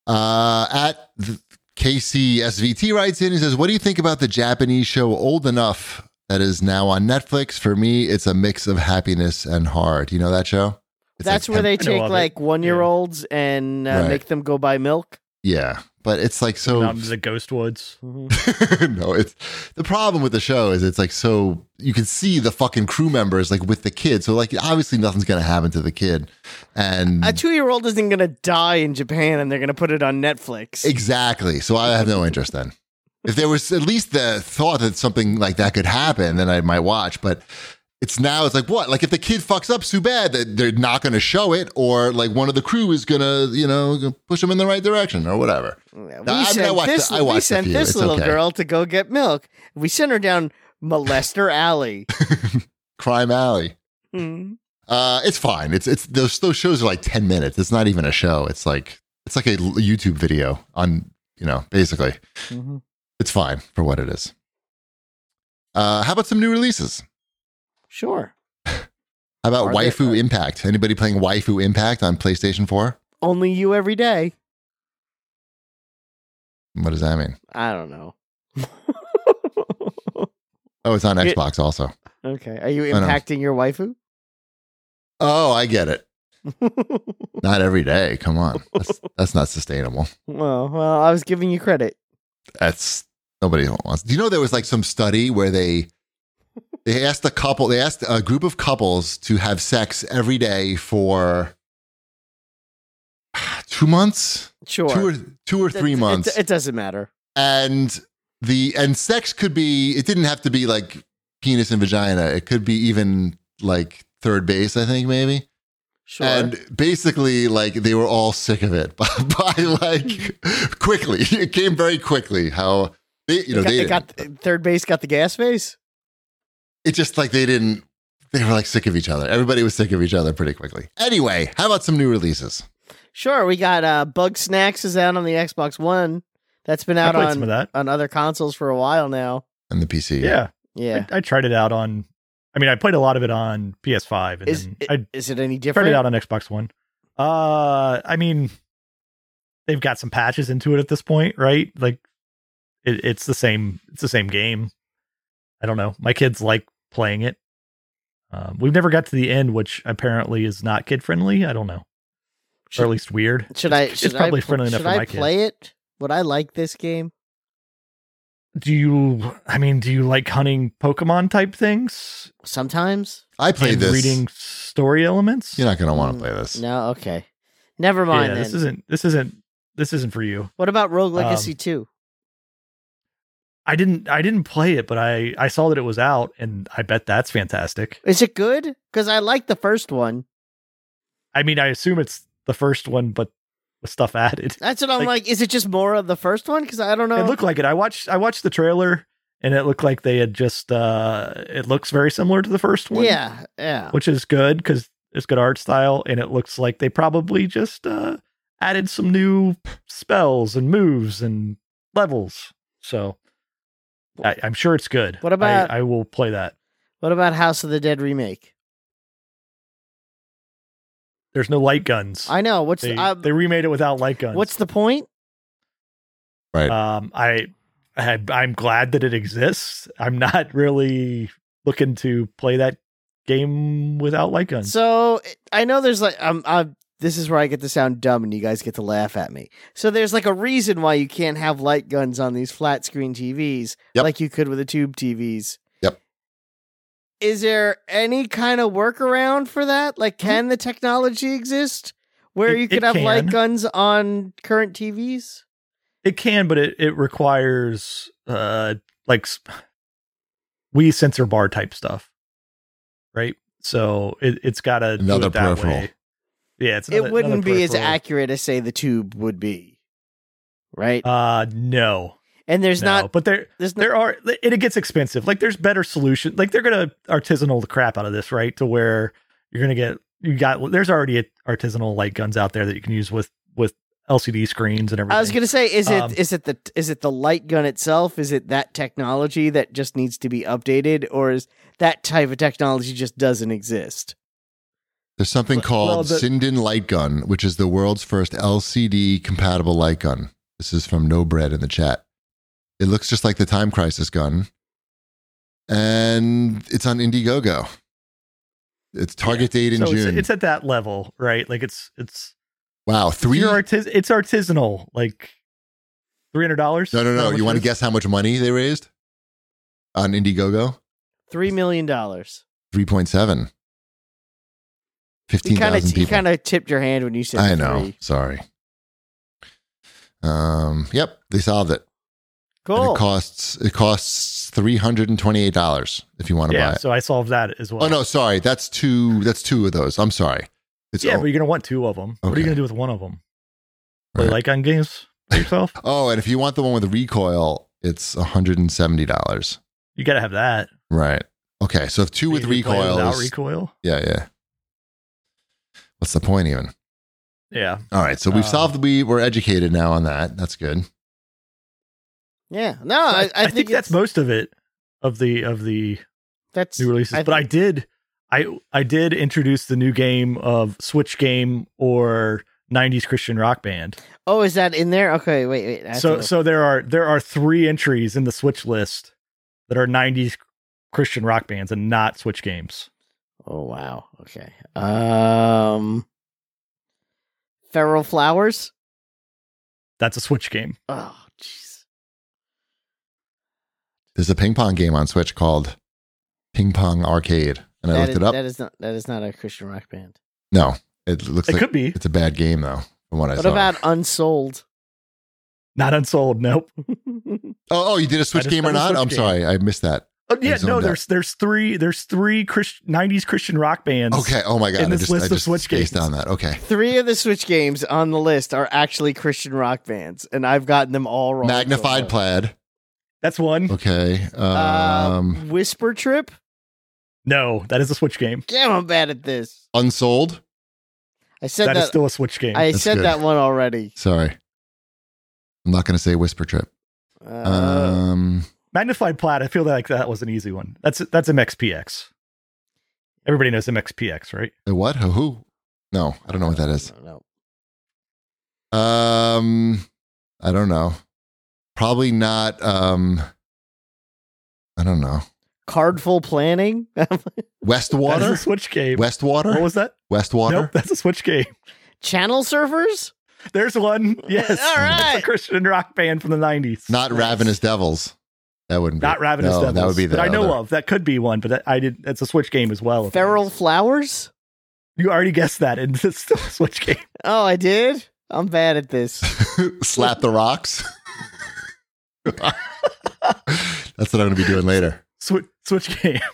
Uh, at the KCSVT writes in, he says, What do you think about the Japanese show Old Enough that is now on Netflix? For me, it's a mix of happiness and horror. Do you know that show? It's
That's
like-
where they
I know
take
of it.
like one year olds and uh,
Right.
make them go buy milk.
Yeah. But it's like so
Mountain of the Ghost Woods.
Mm-hmm.
Mhm.
no, it's the problem with the show is it's like so you can see the fucking crew members like with the kid. So like obviously nothing's gonna happen to the kid. And
A two year old isn't gonna die in Japan, and they're gonna put it on Netflix.
exactly. So I have no interest then. If there was at least the thought that something like that could happen, then I might watch. But it's now it's like what? Like if the kid fucks up so bad that they're not gonna show it, or like one of the crew is gonna, you know, push them in the right direction or whatever.
we
I mean, I
sent
watched
this,
the- I
we
watched a
sent
few.
this
It's
little
okay.
girl to go get milk. We sent her down Molester Alley.
Crime alley.
Mhm.
Uh, it's fine. It's it's those those shows are like ten minutes. It's not even a show. It's like it's like a l- YouTube video on you know basically. Mm-hmm.
Mhm.
It's fine for what it is. Uh, how about some new releases?
Sure.
How about
Are there-
Waifu
uh,
Impact? Anybody playing Waifu Impact on PlayStation Four?
Only you every day.
What does that mean?
I don't know.
Oh, it's on
It-
Xbox also.
okay. Are you
I know.
impacting your waifu?
Oh, I get it. Not every day. Come on, that's, that's not sustainable.
well, well, I was giving you credit.
that's nobody wants. Do you know there was like some study where they they asked a couple, they asked a group of couples to have sex every day for two months,
Sure.
two or two or
It-
three
it-
months,
It, doesn't matter.
and the and sex could be it didn't have to be like penis and vagina. It could be even like third base, I think maybe.
Sure.
And basically, like they were all sick of it by, by like quickly. It came very quickly. How they, you know,
It got,
they,
it got third base got the gas face.
it just like they didn't. They were like sick of each other. Everybody was sick of each other pretty quickly. Anyway, how about some new releases?
Sure, we got uh Bug Snacks is out on the Xbox One. That's been
I
out
played some
on
of that.
on other consoles for a while now.
on the PC,
Yeah,
Yeah.
I, I tried it out on. I mean, I played a lot of it on PS5, and
Is
then
i-
I
is it any
tried
different?
it out on Xbox One. Uh, I mean, they've got some patches into it at this point, right? Like, it, it's the same. It's the same game. I don't know. My kids like playing it. Um, we've never got to the end, which apparently is not kid friendly. I don't know, or
Should-
at least weird.
Should I?
it's
Should I,
probably
pl-
friendly enough
Should
for
I
my kid.
play it? Would I like this game?
Do you? I mean, do you like hunting Pokemon type things?
Sometimes.
I played
and
this.
reading story elements.
You're not going to want
Mm,
to play this.
No. Okay. Never mind.
yeah,
then.
this isn't this isn't this isn't for you.
what about Rogue Legacy
um,
Two?
I didn't I didn't play it, but I I saw that it was out, and I bet that's fantastic.
Is it good? Because I like the first one.
I mean, I assume it's the first one, but with stuff added.
That's what I'm like.
Like-
is it just more of the first one? Because I don't know.
It looked like it. I watched I watched the trailer, and it looked like they had just. uh It looks very similar to the first one.
yeah. Yeah.
which is good because it's good art style, and it looks like they probably just uh added some new spells and moves and levels. So. I, I'm sure it's good.
What about-
I, I will play that.
What about House of the Dead remake?
There's no light guns.
I know. What's
they,
the, uh,
they remade it without light guns.
what's the point?
Right.
um I, I I'm glad that it exists. I'm not really looking to play that game without light guns.
So it- I know there's like um i this is where I get to sound dumb and you guys get to laugh at me. So there's like a reason why you can't have light guns on these flat screen TVs
Yep.
like you could with the tube TVs.
Yep.
Is there any kind of workaround for that? Like can the technology exist where
Mm-hmm. It-
you could
it
have light
can.
guns on current TVs?
it can, but it it requires uh like s- we sensor bar type stuff, right? So it it's got to
Another
do it that
peripheral.
Way. Yeah, it's
it
another-
wouldn't
another
be as
peripheral.
accurate as say the tube would be. Right?
Uh, no,
and there's
no.
not
but there
there's no,
there are and it gets expensive like there's better solution like they're gonna artisanal the crap out of this right to where you're gonna get you got there's already artisanal light guns out there that you can use with with lcd screens and everything
I was gonna say, is it
Um,
is it the is it the light gun itself? Is it that technology that just needs to be updated, or is that type of technology just doesn't exist?
There's something
Well,
called
well, the-
Sinden Light Gun, which is the world's first LCD compatible light gun. This is from No Bread in the chat. It looks just like the Time Crisis gun, and it's on Indiegogo. Its target date in
so it's,
June.
it's at that level right like it's it's
wow, three
you're artis- it's artisanal like Three hundred dollars?
No, no, no. You want to guess how much money they raised on Indiegogo?
Three million dollars.
3.7.
You kind
15,000
of
people.
you kind of tipped your hand when you said
I know.
three.
Sorry. Um, yep, they solved it. And
Cool.
it costs it costs $328 if you want to
Yeah,
buy it.
so I solved that as well.
oh no, sorry. That's two that's two of those. I'm sorry. It's
yeah,
oh,
but you're gonna want two of them. What are
Okay.
you gonna do with one of them? Play
Right.
like on games by yourself?
oh, and if you want the one with recoil, it's $170.
you gotta have that.
Right. Okay, so if two with
You can play
recoil
without
is-
recoil.
Yeah, yeah. What's the point even?
Yeah,
All right, so we've
Uh,
solved. We we're educated now on that. That's good.
yeah. No,
I,
I,
I think, that's
it's-
most of it of the of the
that's
new releases.
I
but I
think-
did, I I did introduce the new game of Switch game or '90s Christian rock band.
Oh, is that in there? Okay, wait, wait. I have to
So
look.
so there are there are three entries in the Switch list that are '90s Christian rock bands and not Switch games.
Oh wow. Okay. Um Feral Flowers?
That's a Switch game.
Oh jeez.
There's a ping pong game on Switch called Ping Pong Arcade, and I
That
looked
is-
it up.
That is not that is not a Christian rock band.
no, it looks
It
like
could be
it's a bad game though. From what I
What
saw.
about Unsold?
not unsold. Nope.
oh, oh, you did a Switch
just
game or
found a
not?
Switch
I'm
game.
sorry, I missed that.
Oh, yeah,
zoned
no.
out.
There's there's three there's three Christ, '90s Christian rock bands.
Okay. Oh my god,
In
I
this
just,
list
I
of
just
Switch
spaced
games.
on that. Okay,
Three of the Switch games on the list are actually Christian rock bands, and I've gotten them all wrong. so
Magnified
far.
Uh,
Plaid.
That's one.
Okay.
Uh,
Um,
Whisper Trip?
No, that is a Switch game.
Damn, I'm bad at this.
Unsold.
I said
that
that.
is still a Switch game.
I
That's
said
good.
that one already.
Sorry, I'm not going to say Whisper Trip.
Uh,
um,
Magnified Plat, I feel like that was an easy one. That's that's MXPX. Everybody knows MXPX, right?
a what? A who? No, I don't know what that is.
I don't know.
Um, I don't know. Probably not. Um, I don't know.
Cardful planning.
That is
Westwater.
a Switch game. What
Westwater.
was that? Nope,
Westwater.
that's a Switch game.
Channel surfers?
There's one. Yes.
All
That's a
right.
Christian rock band from the 90s.
Not
Nice.
Ravenous Devils. That wouldn't be.
Not Ravenous
no,
Devils.
That would be the
that I know
other.
of. That could be one, but that, I did. That's a Switch game as well.
Feral flowers?
You already guessed that, and it's still a Switch game.
Oh, I did? I'm bad at this.
Slap the rocks. That's what I'm going to be doing later.
Swi- Switch game.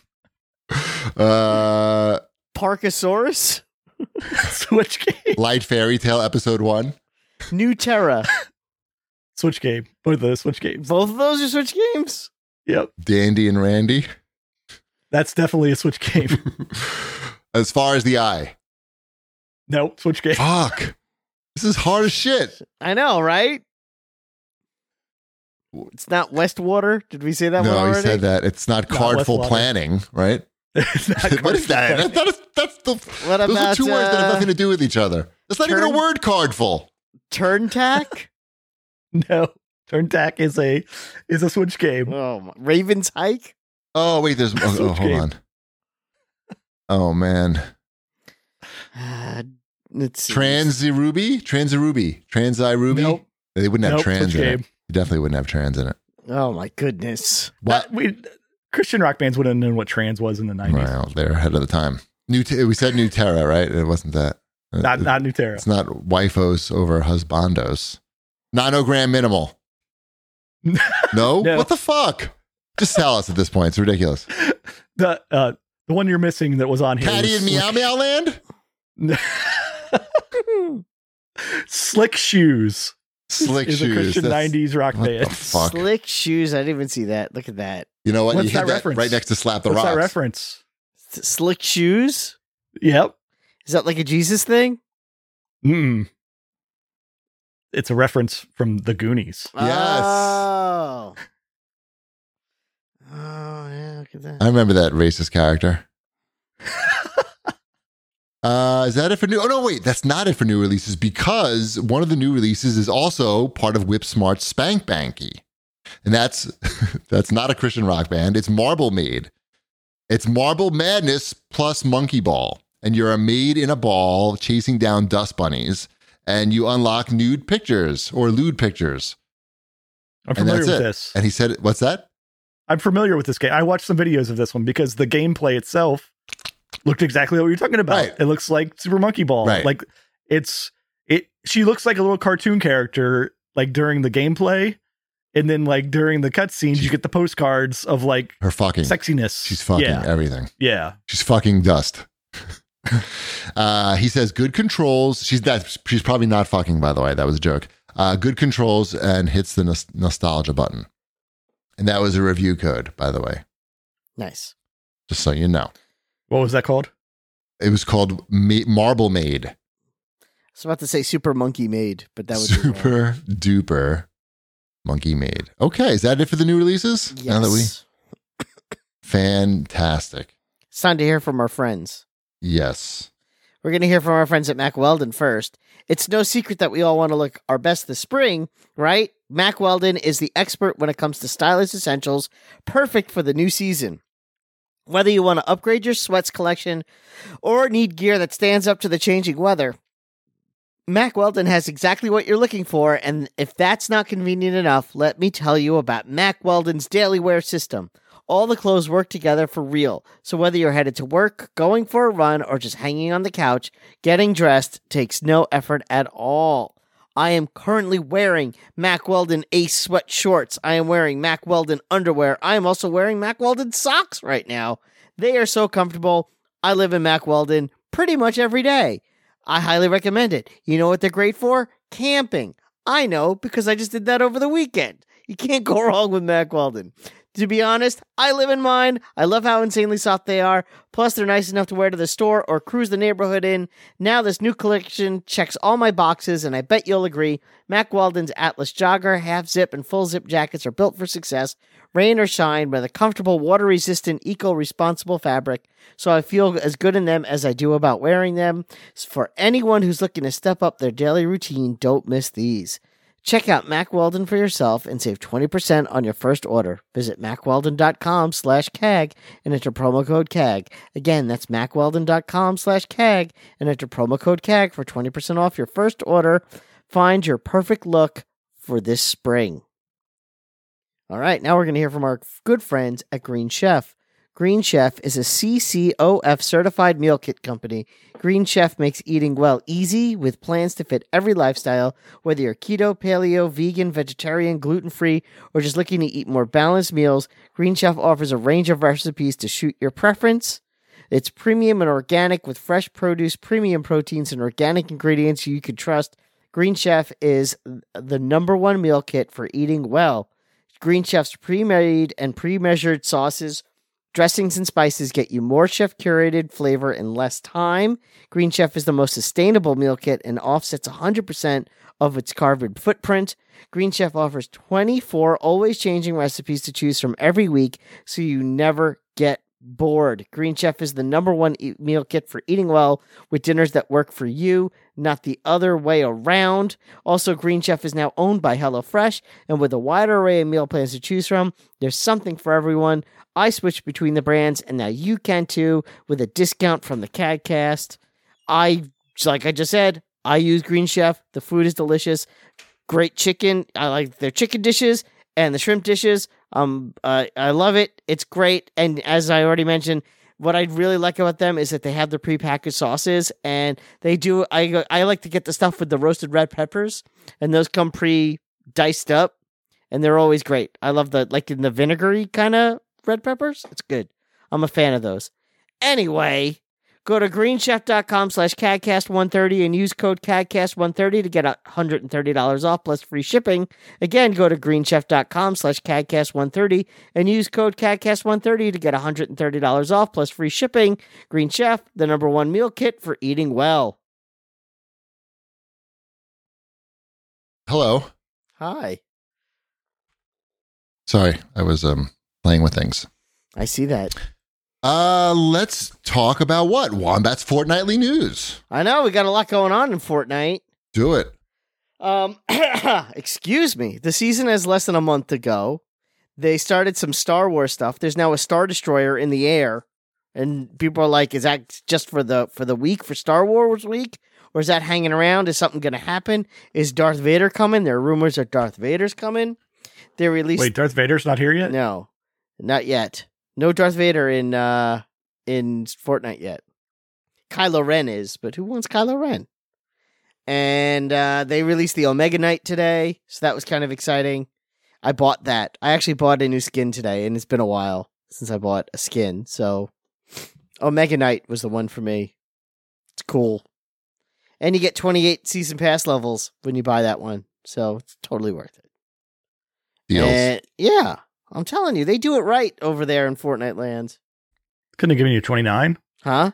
Uh,
Parkosaurus?
Switch game.
Light Fairy Tale Episode One.
New Terra.
Switch game. Or the Switch games.
Both of those are Switch games?
Yep.
Dandy and Randy.
That's definitely a Switch game.
as far as the eye.
nope. Switch game.
Fuck. This is hard as shit.
I know, right? It's not Westwater. Did we say that
no,
one
you
already?
said that. It's not
Not
cardful
Westwater.
planning, right?
It's not
what is
Christian
that?
rock.
That- that is- that's the,
What
those are
about
two words that have
uh,
nothing to do with each other. It's not even
turn-
a word cardful.
Turn Tack?
No, Turn Tack is a is a Switch game.
oh, my- Raven's Hike?
Oh, wait, there's. Oh, oh,
Switch
hold
game.
on. Oh, man.
Uh, let's see.
Transy Ruby? Transy Ruby. Transi Ruby?
Nope,
They wouldn't have
nope,
trans
Switch
in
game. Uh,
it. They definitely wouldn't have trans in it.
Oh, my goodness.
What?
That- Uh, we Christian rock bands wouldn't have known what trans was in the nineties.
Well, they're ahead of the time. New t- we said New Terra, right? It wasn't that.
Not not New Terra.
It's not wifos over husbandos. Nanogram minimal. no?
No.
What the fuck? Just tell us at this point. It's ridiculous.
The uh, the one you're missing that was on here.
Patty
was
and Meow Meow Land?
Slick Shoes
Slick
is a
shoes.
Christian
That's-
nineties rock
what
band.
the fuck?
Slick shoes. I didn't even see that. Look at that.
You know what?
What's
you hit
that
that
reference?
right next to Slap the
What's that
Rocks.
reference?
S- slick shoes?
Yep.
Is that like a Jesus thing?
Mm. It's a reference from the Goonies.
Yes.
Oh. Oh, yeah, look at that.
I remember that racist character. uh, is that it for new? Oh no, wait, that's not it for new releases because one of the new releases is also part of Whip Smart's Spank Banky, and that's that's not a Christian rock band. It's Marble Maid. It's Marble Madness plus Monkey Ball, and you're a maid in a ball chasing down dust bunnies, and you unlock nude pictures or lewd pictures.
I'm
And
familiar
that's
with
it.
this.
And he said, "What's that?"
I'm familiar with this game. I watched some videos of this one because the gameplay itself looked exactly what you're talking about.
Right.
It looks like Super Monkey Ball.
Right.
Like it's it she looks like a little cartoon character like during the gameplay and then like during the cutscenes you get the postcards of like
Her fucking.
sexiness.
She's fucking
Yeah.
everything.
yeah.
She's fucking dust. uh, he says good controls. She's that. She's probably not fucking. By the way, that was a joke. Uh, good controls and hits the nos- nostalgia button. And that was a review code, by the way,
Nice.
just so you know.
What was that called?
It was called Ma- Marble Maid.
I was about to say Super Monkey Made, but that would be wrong.
super duper Monkey Maid. Okay, is that it for the new releases? Now that we
Yes.
fantastic.
It's time to hear from our friends.
Yes.
We're going to hear from our friends at Mac Weldon first. It's no secret that we all want to look our best this spring, right? Mac Weldon is the expert when it comes to stylish essentials, perfect for the new season. Whether you want to upgrade your sweats collection or need gear that stands up to the changing weather, Mac Weldon has exactly what you're looking for, and if that's not convenient enough, let me tell you about Mac Weldon's daily wear system. All the clothes work together for real, so whether you're headed to work, going for a run, or just hanging on the couch, getting dressed takes no effort at all. I am currently wearing Mac Weldon Ace sweat shorts. I am wearing Mac Weldon underwear. I am also wearing Mac Weldon socks right now. They are so comfortable. I live in Mac Weldon pretty much every day. I highly recommend it. You know what they're great for? Camping. I know because I just did that over the weekend. You can't go wrong with Mac Weldon. To be honest, I live in mine. I love how insanely soft they are. Plus, they're nice enough to wear to the store or cruise the neighborhood in. Now, this new collection checks all my boxes, and I bet you'll agree. Mac Weldon's Atlas jogger, half zip, and full zip jackets are built for success, rain or shine, with a comfortable, water resistant, eco responsible fabric. So I feel as good in them as I do about wearing them. For anyone who's looking to step up their daily routine, don't miss these. Check out Mac Weldon for yourself and save 20% on your first order. Visit macweldon.com slash CAG and enter promo code CAG. Again, that's macweldon.com slash CAG and enter promo code CAG for 20% off your first order. Find your perfect look for this spring. All right, now we're going to hear from our good friends at Green Chef. Green Chef is a CCOF certified meal kit company. Green Chef makes eating well easy with plans to fit every lifestyle, whether you're keto, paleo, vegan, vegetarian, gluten free, or just looking to eat more balanced meals. Green Chef offers a range of recipes to suit your preference. It's premium and organic with fresh produce, premium proteins, and organic ingredients you can trust. Green Chef is the number one meal kit for eating well. Green Chef's pre made and pre measured sauces. Dressings and spices get you more chef curated flavor in less time. Green Chef is the most sustainable meal kit and offsets 100% of its carbon footprint. Green Chef offers 24 always changing recipes to choose from every week so you never get bored. Green Chef is the number one eat- meal kit for eating well with dinners that work for you, not the other way around. Also, Green Chef is now owned by HelloFresh, and with a wide array of meal plans to choose from, there's something for everyone. I switched between the brands, and now you can too with a discount from the CADcast. I, like I just said, I use Green Chef. The food is delicious. Great chicken. I like their chicken dishes and the shrimp dishes. Um, uh, I love it. It's great. And as I already mentioned, what I really like about them is that they have the prepackaged sauces, and they do. I go- I like to get the stuff with the roasted red peppers, and those come pre diced up, and they're always great. I love the like in the vinegary kind of red peppers. It's good. I'm a fan of those. Anyway, go to greenchef.com slash cadcast130 and use code cadcast130 to get $130 off plus free shipping. Again, go to greenchef.com slash cadcast130 and use code cadcast130 to get $130 off plus free shipping. Green Chef, the number one meal kit for eating well.
Hello.
Hi.
Sorry, I was um playing with things.
I see that.
Uh, let's talk about what Wombat's fortnightly news.
I know we got a lot going on in Fortnite.
Do it.
Um, excuse me. The season has less than a month to go. They started some Star Wars stuff. There's now a Star Destroyer in the air, and people are like, "Is that just for the for the week for Star Wars week, or is that hanging around? Is something going to happen? Is Darth Vader coming? There are rumors that Darth Vader's coming. They released
Wait, Darth Vader's not here yet?
no, not yet. No Darth Vader in uh in Fortnite yet. Kylo Ren is, but who wants Kylo Ren? And uh, they released the Omega Knight today, so that was kind of exciting. I bought that. I actually bought a new skin today, and it's been a while since I bought a skin. So Omega Knight was the one for me. It's cool, and you get twenty eight season pass levels when you buy that one, so it's totally worth it.
Deals.
And- yeah, I'm telling you, they do it right over there in Fortnite land,
Couldn't have given you 29?
huh?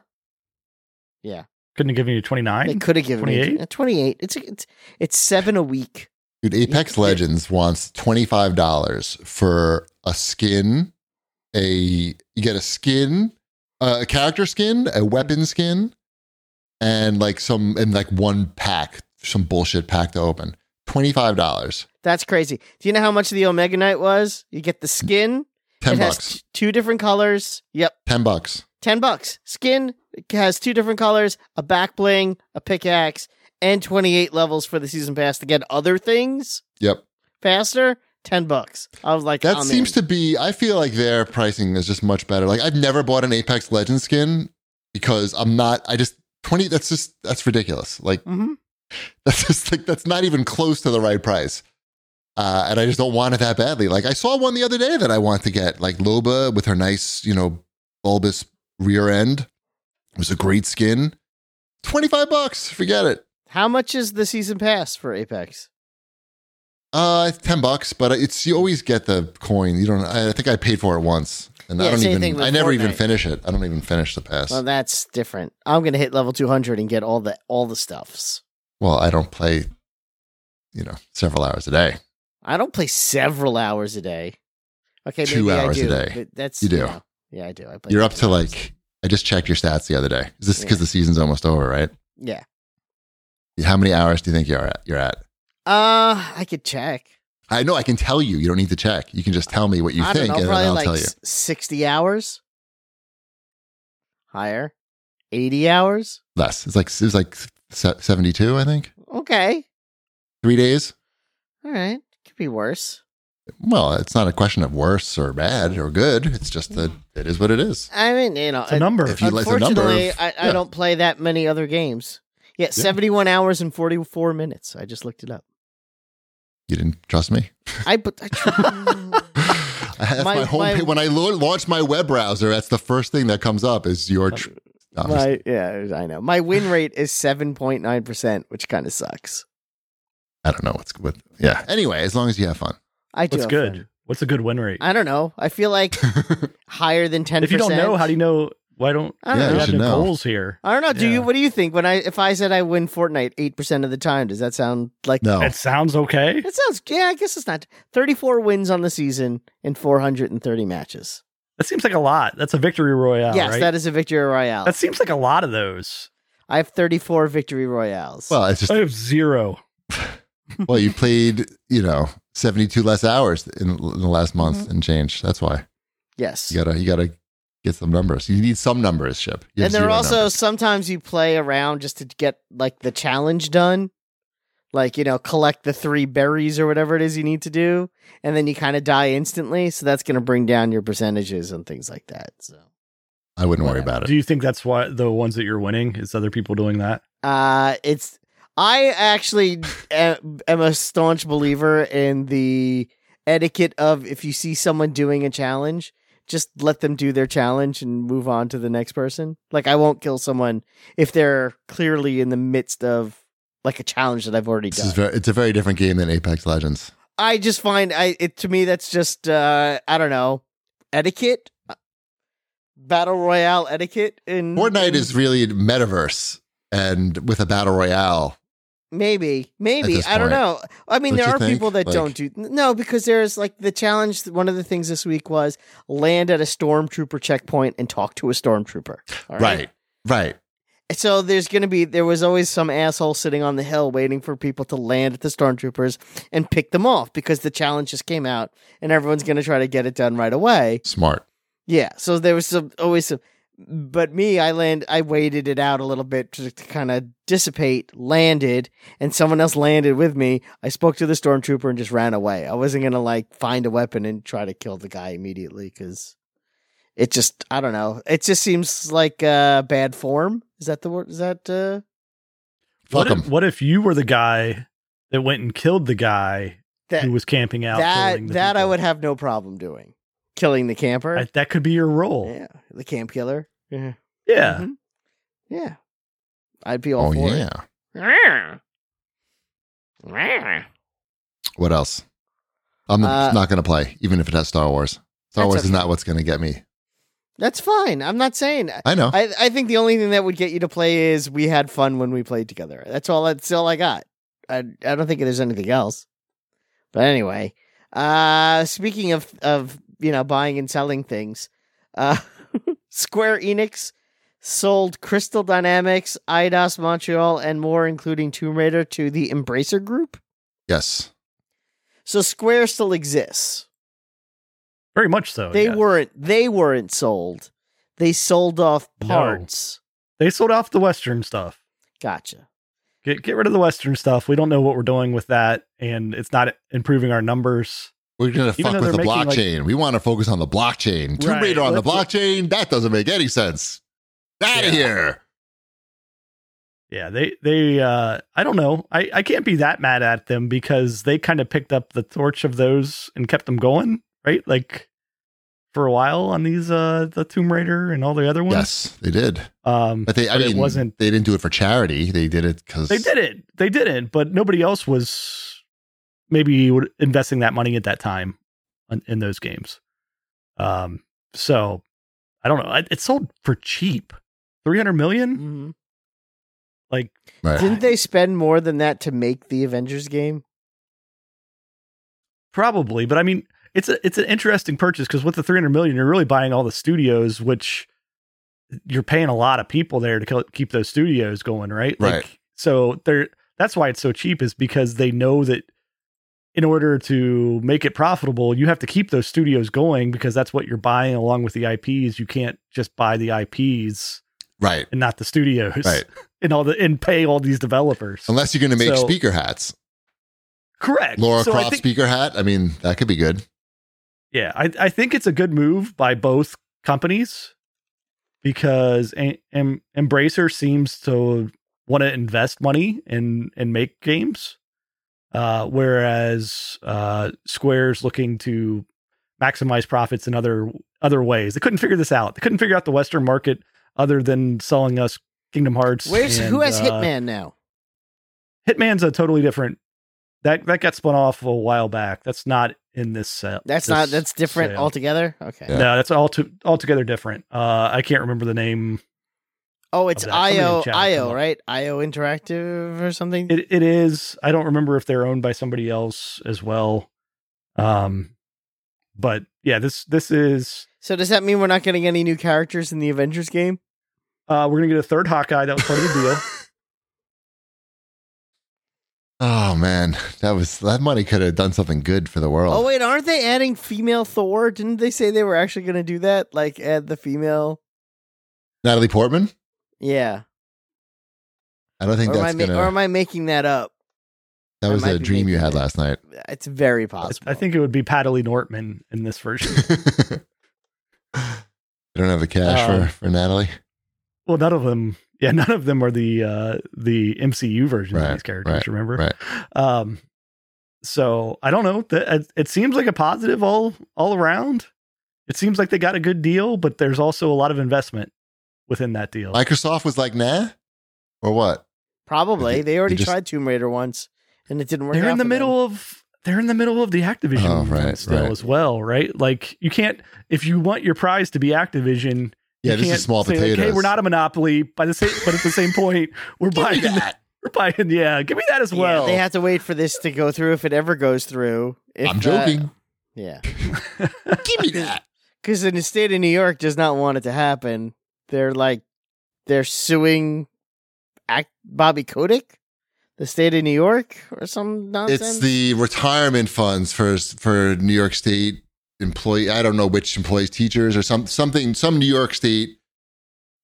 Couldn't have given you 29?
They could have given me-
28?
uh, 28. It's it's it's seven a week.
Dude, Apex
Yeah.
Legends wants twenty five dollars for a skin. A you get a skin, uh, a character skin, a weapon skin, and like some and like one pack, some bullshit pack to open. Twenty five dollars,
That's crazy. Do you know how much the Omega Knight was? You get the skin.
ten
it
bucks,
has t- two different colors. Yep,
ten bucks.
ten bucks. Skin has two different colors, a back bling, a pickaxe, and twenty eight levels for the season pass to get other things
Yep,
faster. Ten bucks. I was like,
that
I'm
seems to
in.
be. I feel like their pricing is just much better. Like I've never bought an Apex Legends skin because I'm not. I just twenty. That's just that's ridiculous. Like.
Mhm.
That's just like that's not even close to the right price. Uh, and I just don't want it that badly. Like I saw one the other day that I want to get, like Loba with her nice, you know, bulbous rear end. It was a great skin. Twenty five bucks. Forget it.
How much is the season pass for Apex?
Uh, it's ten bucks, but it's you always get the coin. You don't. I I think I paid for it once, and
Yeah,
I don't
same thing
even.
with
I never even
Fortnite.
finish it. I don't even finish the pass.
Well, that's different. I'm gonna hit level 200 and get all the all the stuffs.
well, I don't play. You know, several hours a day.
I don't play several hours a day. Okay,
Two
maybe
hours
I
a
do,
day.
but That's
You do.
know. yeah, I do. I play
You're up
two
to
hours.
like. I just checked your stats the other day. Is this because
Yeah.
the season's almost over, right?
yeah.
How many hours do you think you're at? You're at.
Uh, I could check.
I know I can tell you. You don't need to check. You can just tell me what you
I
think,
don't know,
and then
probably
I'll
like
tell you.
s- 60 hours. Higher. 80 hours.
Less. It's like it was like se- seventy-two. I think
Okay.
three days.
All right. Could be worse.
Well, it's not a question of worse or bad or good. It's just that it is what it is.
I mean, you know,
It's a number.
If you like the number,
unfortunately,
of-
I, I
yeah.
don't play that many other games. Yeah, 71 hours and 44 minutes. I just looked it up.
you didn't trust me.
I but I,
That's
My-
my, home
my-
pa- When I lo- launch my web browser, that's the first thing that comes up is your. Tr- No, I'm just-
Uh, My yeah, I know. My win rate is seven point nine percent, which kind of sucks.
I don't know what's what. Yeah. Anyway, as long as you have fun.
I do.
What's
have
good?
fun.
What's a good win rate?
I don't know. I feel like higher than ten.
if you don't know, how do you know? Why don't
I don't
Yeah,
we
know.
you
have
should
no
know.
goals here?
I don't know. Do
Yeah.
you? What do you think? When I if I said I win Fortnite eight percent of the time, does that sound like
no.
That sounds okay.
That sounds. Yeah, I guess it's not. Thirty four wins on the season in four hundred and thirty matches.
That seems like a lot. That's a victory royale,
yes,
right?
that is a victory royale.
that seems like a lot of those.
I have thirty four victory royales.
Well, it's just
I have zero.
well, you played, you know, 72 less hours in, in the last month
Mm-hmm.
and change. That's why
yes,
you gotta, you gotta get some numbers. You need some numbers, Ship. You have
and there are
zero
also
numbers.
sometimes you play around just to get like the challenge done like you know collect the three berries or whatever it is you need to do and then you kind of die instantly so that's going to bring down your percentages and things like that so
I wouldn't worry about
Do
it.
you think that's why the ones that you're winning is other people doing that?
uh it's i actually am am a staunch believer in the etiquette of if you see someone doing a challenge just let them do their challenge and move on to the next person like i won't kill someone if they're clearly in the midst of like a challenge that i've already
This
done
is very, it's a very different game than Apex Legends.
I just find I it to me that's just uh I don't know etiquette, battle royale etiquette in
Fortnite
in-
is really metaverse and with a battle royale.
maybe maybe
this
I don't
point.
know. I mean,
Don't
there
you
are
think?
people that
Like-
don't do no because there's like the challenge. One of the things this week was land at a stormtrooper checkpoint and talk to a stormtrooper. All
Right. Right.
So there's going to be there was always some asshole sitting on the hill waiting for people to land at the stormtroopers and pick them off because the challenge just came out and everyone's going to try to get it done right away.
Smart.
Yeah, so there was some always some but me, I land. I waited it out a little bit to, to kind of dissipate. Landed, and someone else landed with me. I spoke to the stormtrooper and just ran away. I wasn't gonna like find a weapon and try to kill the guy immediately because it just. I don't know. It just seems like uh, bad form. Is that the word? Is that uh,
Fuck
what, if,
'em.
what if you were the guy that went and killed the guy
that?
who was camping out?
that
killing the
that I
people?
would have no problem doing. Killing the camper.
I- that could be your role.
yeah, the camp killer. Yeah.
Yeah.
Mhm. Yeah. I'd be all
Oh
for
yeah.
it.
What else? I'm
Uh,
not going to play, even if it has Star Wars. Star
That's
Wars is
okay.
not what's going to get me.
That's fine. I'm not saying
I know.
I, I think the only thing that would get you to play is we had fun when we played together. That's all that's all I got. I I don't think there's anything else. But anyway, uh speaking of of you know buying and selling things, uh Square Enix sold Crystal Dynamics, IDOS Montreal and more including Tomb Raider to the Embracer Group.
yes.
So Square still exists.
Very much so.
they
yes.
weren't they weren't sold. They sold off
No.
parts.
They sold off the Western stuff.
Gotcha.
Get get rid of the Western stuff. We don't know what we're doing with that, and it's not improving our numbers.
We're going to fuck
Even though
with the
they're making, like-
blockchain. we want to focus on the blockchain. Tomb
Right,
Raider on the
let's-
blockchain? That doesn't make any sense. Out
Yeah.
of here.
Yeah, they they uh I don't know. I I can't be that mad at them because they kind of picked up the torch of those and kept them going, right? Like for a while on these uh the Tomb Raider and all the other ones.
Yes, they did.
Um
But they, I
But it
mean,
wasn't-
They didn't do it for charity. They did it because
they did it. They didn't, but nobody else was maybe would- investing that money at that time on, in those games. Um so I don't know. I- It sold for cheap. 300 million?
Mhm.
Like
Right.
Didn't they spend more than that to make the Avengers game?
Probably, but I mean, it's a it's an interesting purchase because with the three hundred million, you're really buying all the studios, which you're paying a lot of people there to co- keep those studios going, right?
Right.
Like, so they're that's why it's so cheap is because they know that in order to make it profitable, you have to keep those studios going because that's what you're buying along with the IPs. You can't just buy the IPs
right,
and not the studios,
right.
And all the and pay all these developers.
Unless you're going to make
So-
speaker hats,
Correct.
Laura
So I
Croft
think-
speaker hat. I mean, that could be good.
Yeah, I, I think it's a good move by both companies because em- Em- Embracer seems to want to invest money and and make games, uh, whereas uh, Square's looking to maximize profits in other other ways. They couldn't figure this out. They couldn't figure out the Western market other than selling us Kingdom Hearts.
Where's
and,
who has
uh,
Hitman now?
Hitman's a totally different. That that got spun off a while back. That's not in this set.
That's not that's different altogether. Okay.
Yeah.
no, that's all to, altogether different. Uh, I can't remember the name.
Oh, it's
Of that. Somebody in
IO
chat will come
IO,
up.
right? IO Interactive or something.
It, it is. I don't remember if they're owned by somebody else as well. Um, but yeah, this this is.
so does that mean we're not getting any new characters in the Avengers game?
Uh, we're gonna get a third Hawkeye. That was part of the deal.
Oh man, that was that money could have done something good for the world.
Oh wait, aren't they adding female Thor? Didn't they say they were actually going to do that? Like add the female?
Natalie Portman.
Yeah.
I don't think
Or am, I
that's
ma-
gonna.
or am I making that up?
that
I
was
might
a
be
dream you
making
had
it.
last night.
It's very possible.
I think it would be Natalie Nortman in this version.
I don't have the cash
Oh.
Um,
for for Natalie.
well, none of them. Yeah, none of them are the uh, the MCU version
Right,
of these characters.
right,
remember?
right.
Um, so I don't know. Th- It, it seems like a positive all all around. It seems like they got a good deal, but there's also a lot of investment within that deal.
Microsoft was like, nah, or what?
Probably.
They-
They already
they just-
tried Tomb Raider once and it didn't work.
they're
out
in the
for them.
middle of they're in the middle of the Activision
Oh,
movement
right,
still
right.
as well, right? Like you can't if you want your prize to be Activision.
Yeah,
you
this
can't
is small
say, like,
potatoes.
hey, we're not a monopoly. By the same, but at the same point, we're
Give me
buying.
that.
We're buying. Yeah, give me that as
Yeah,
well.
they have to wait for this to go through if it ever goes through. If,
I'm
uh,
joking.
yeah,
Give me that.
because the state of New York does not want it to happen. They're like, they're suing Act- Bobby Kotick, the state of New York, or some nonsense.
It's the retirement funds for for New York State employee. I don't know which employees, teachers or some something, some New York State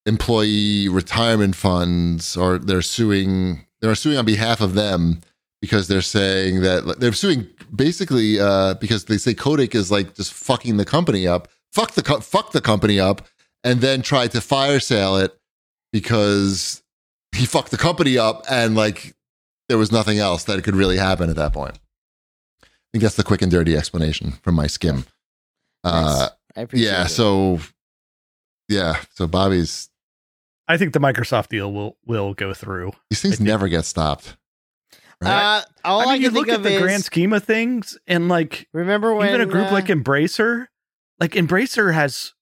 employee retirement funds are they're suing they're suing on behalf of them because they're saying that they're suing basically uh, because they say Kodak is like just fucking the company up, fuck the co- fuck the company up, and then tried to fire sale it because he fucked the company up and like there was nothing else that could really happen at that point. I think that's the quick and dirty explanation from my skim. Uh,
Nice. I appreciate
yeah,
it. Uh,
so yeah, so Bobby's
I think the Microsoft deal will will go through.
these things
think-
never get stopped. Right?
uh, all I,
I mean, you
can
look
think
at
of
the
is
grand scheme of things, and like
remember when
even a group
uh,
like Embracer, like Embracer has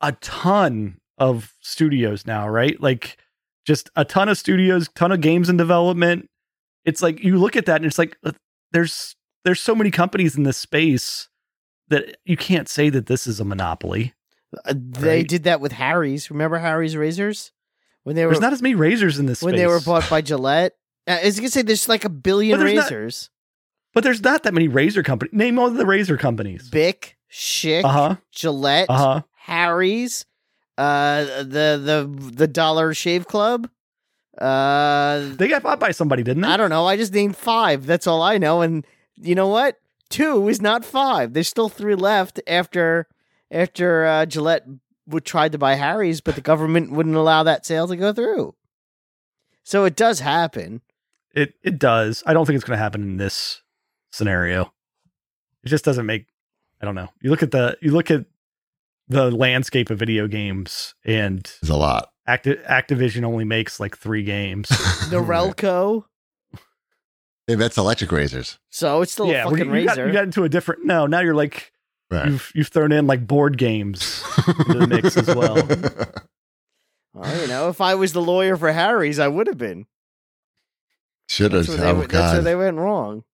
a ton of studios now, right? Like just a ton of studios, ton of games in development. It's like you look at that and it's like uh, there's there's so many companies in this space that you can't say that this is a monopoly.
uh, they
right?
did that with Harry's. Remember Harry's razors when they were
There's not as many razors in this
when
space.
they were bought by Gillette. Uh, I was gonna say there's like a billion
But there's not-
razors.
but there's not that many razor companies. Name all the razor companies.
Bic, Schick,
Uh-huh.
Gillette,
Uh-huh.
Harry's, uh, the the the Dollar Shave Club. Uh,
They got bought by somebody, didn't they?
I don't know. I just named five. That's all I know. And you know what? Two is not five. There's still three left after after uh, Gillette would tried to buy Harry's, but the government wouldn't allow that sale to go through. So it does happen.
It it does. I don't think it's going to happen in this scenario. It just doesn't make. I don't know. You look at the you look at the landscape of video games, and
There's a lot.
Acti- Activision only makes like three games.
Norelco.
Hey, that's electric razors.
So it's still a
well,
fucking
you, you got,
razor.
you got into a different. No, now you're like
Right.
you've you've thrown in like board games. the mix as well.
well, you know, if I was the lawyer for Harry's, I would have been.
Should have.
That's where, they,
Oh,
went- that's where
God.
they went wrong.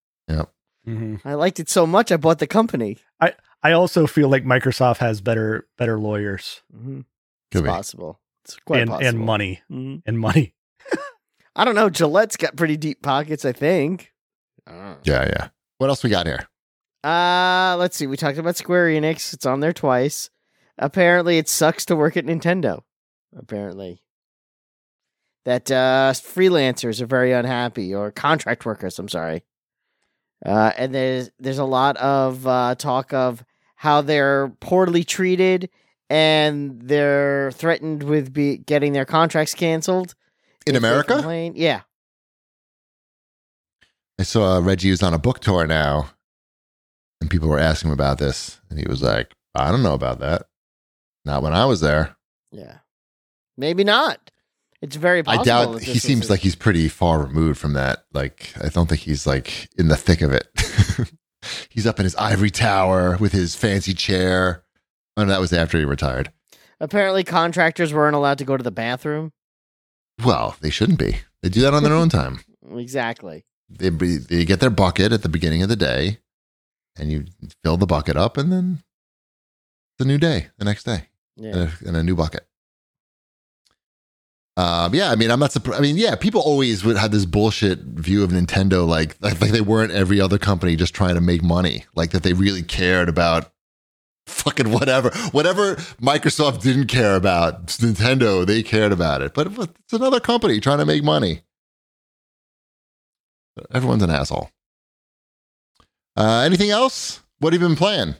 Mhm.
I liked it so much, I bought the company.
I also feel like Microsoft has better better lawyers
hmm It's
Could be.
possible. It's quite
and
possible.
and money
Mhm.
and money.
I don't know. Gillette's got pretty deep pockets, I think.
Yeah, yeah. What else we got here?
Uh, let's see. We talked about Square Enix. It's on there twice. Apparently, it sucks to work at Nintendo. Apparently, that uh, freelancers are very unhappy, or contract workers. I'm sorry. Uh, and there's there's a lot of uh, talk of how they're poorly treated, and they're threatened with be- getting their contracts canceled
In
if they
America?
complain. Yeah.
I saw Reggie was on a book tour now, and people were asking him about this, and he was like, I don't know about that. Not when I was there.
Yeah. Maybe not. It's very possible.
I doubt
that
he
this
seems
was a-
like he's pretty far removed from that. Like, I don't think he's like in the thick of it. he's up in his ivory tower with his fancy chair. Oh, no, that was after he retired.
Apparently, contractors weren't allowed to go to the bathroom.
Well, they shouldn't be. They do that on their own time.
Exactly.
They, be- they get their bucket at the beginning of the day, and you fill the bucket up, and then it's a new day the next day.
Yeah.
and a, and a new bucket. Um, yeah, I mean, I'm not surprised. I mean, yeah, people always would have this bullshit view of Nintendo, like, like like they weren't every other company just trying to make money, like that they really cared about fucking whatever, whatever Microsoft didn't care about, Nintendo they cared about it. But, but it's another company trying to make money. Everyone's an asshole. Uh, anything else? What have you been playing?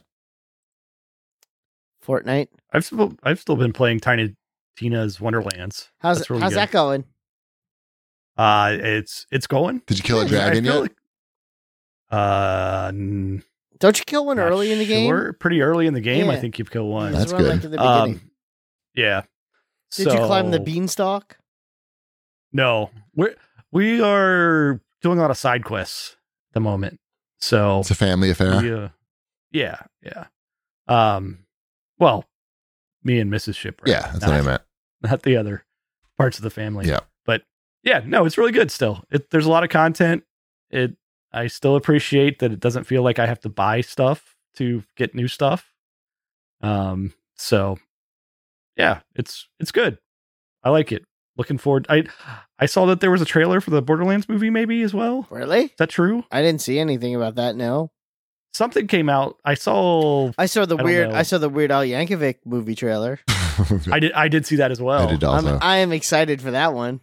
Fortnite.
I've still I've still been playing Tiny Tina's Wonderlands.
How's
That's really
how's
good.
that going?
Uh, it's it's going.
Did you kill a
Yeah,
dragon
I feel
yet?
like- uh, n-
Don't you kill one
not
early in the game?
sure. Pretty early in the game, I
Yeah.
think you've killed
It
one.
was
That's
around,
good.
Like, at the beginning.
Um, yeah.
Did you climb the
So-
beanstalk?
No, we're we are doing a lot of side quests at the moment. So
It's a family affair.
we, uh, yeah, yeah. Um, well, me and Mrs. Shipwright.
Yeah, that's what I
Not-
meant.
not the other parts of the family.
Yeah.
But yeah, no, it's really good still. It, there's a lot of content. It I still appreciate that it doesn't feel like I have to buy stuff to get new stuff. Um so yeah, it's it's good. I like it. Looking forward I I saw that there was a trailer for the Borderlands movie maybe as well. Is
Really?
that true?
I didn't see anything about that. No,
Something came out. I saw
I saw the
I don't
weird.
know.
I saw the Weird Al Yankovic movie trailer.
I did. I did see that as well.
I did
I'm,
also.
I am excited for that one.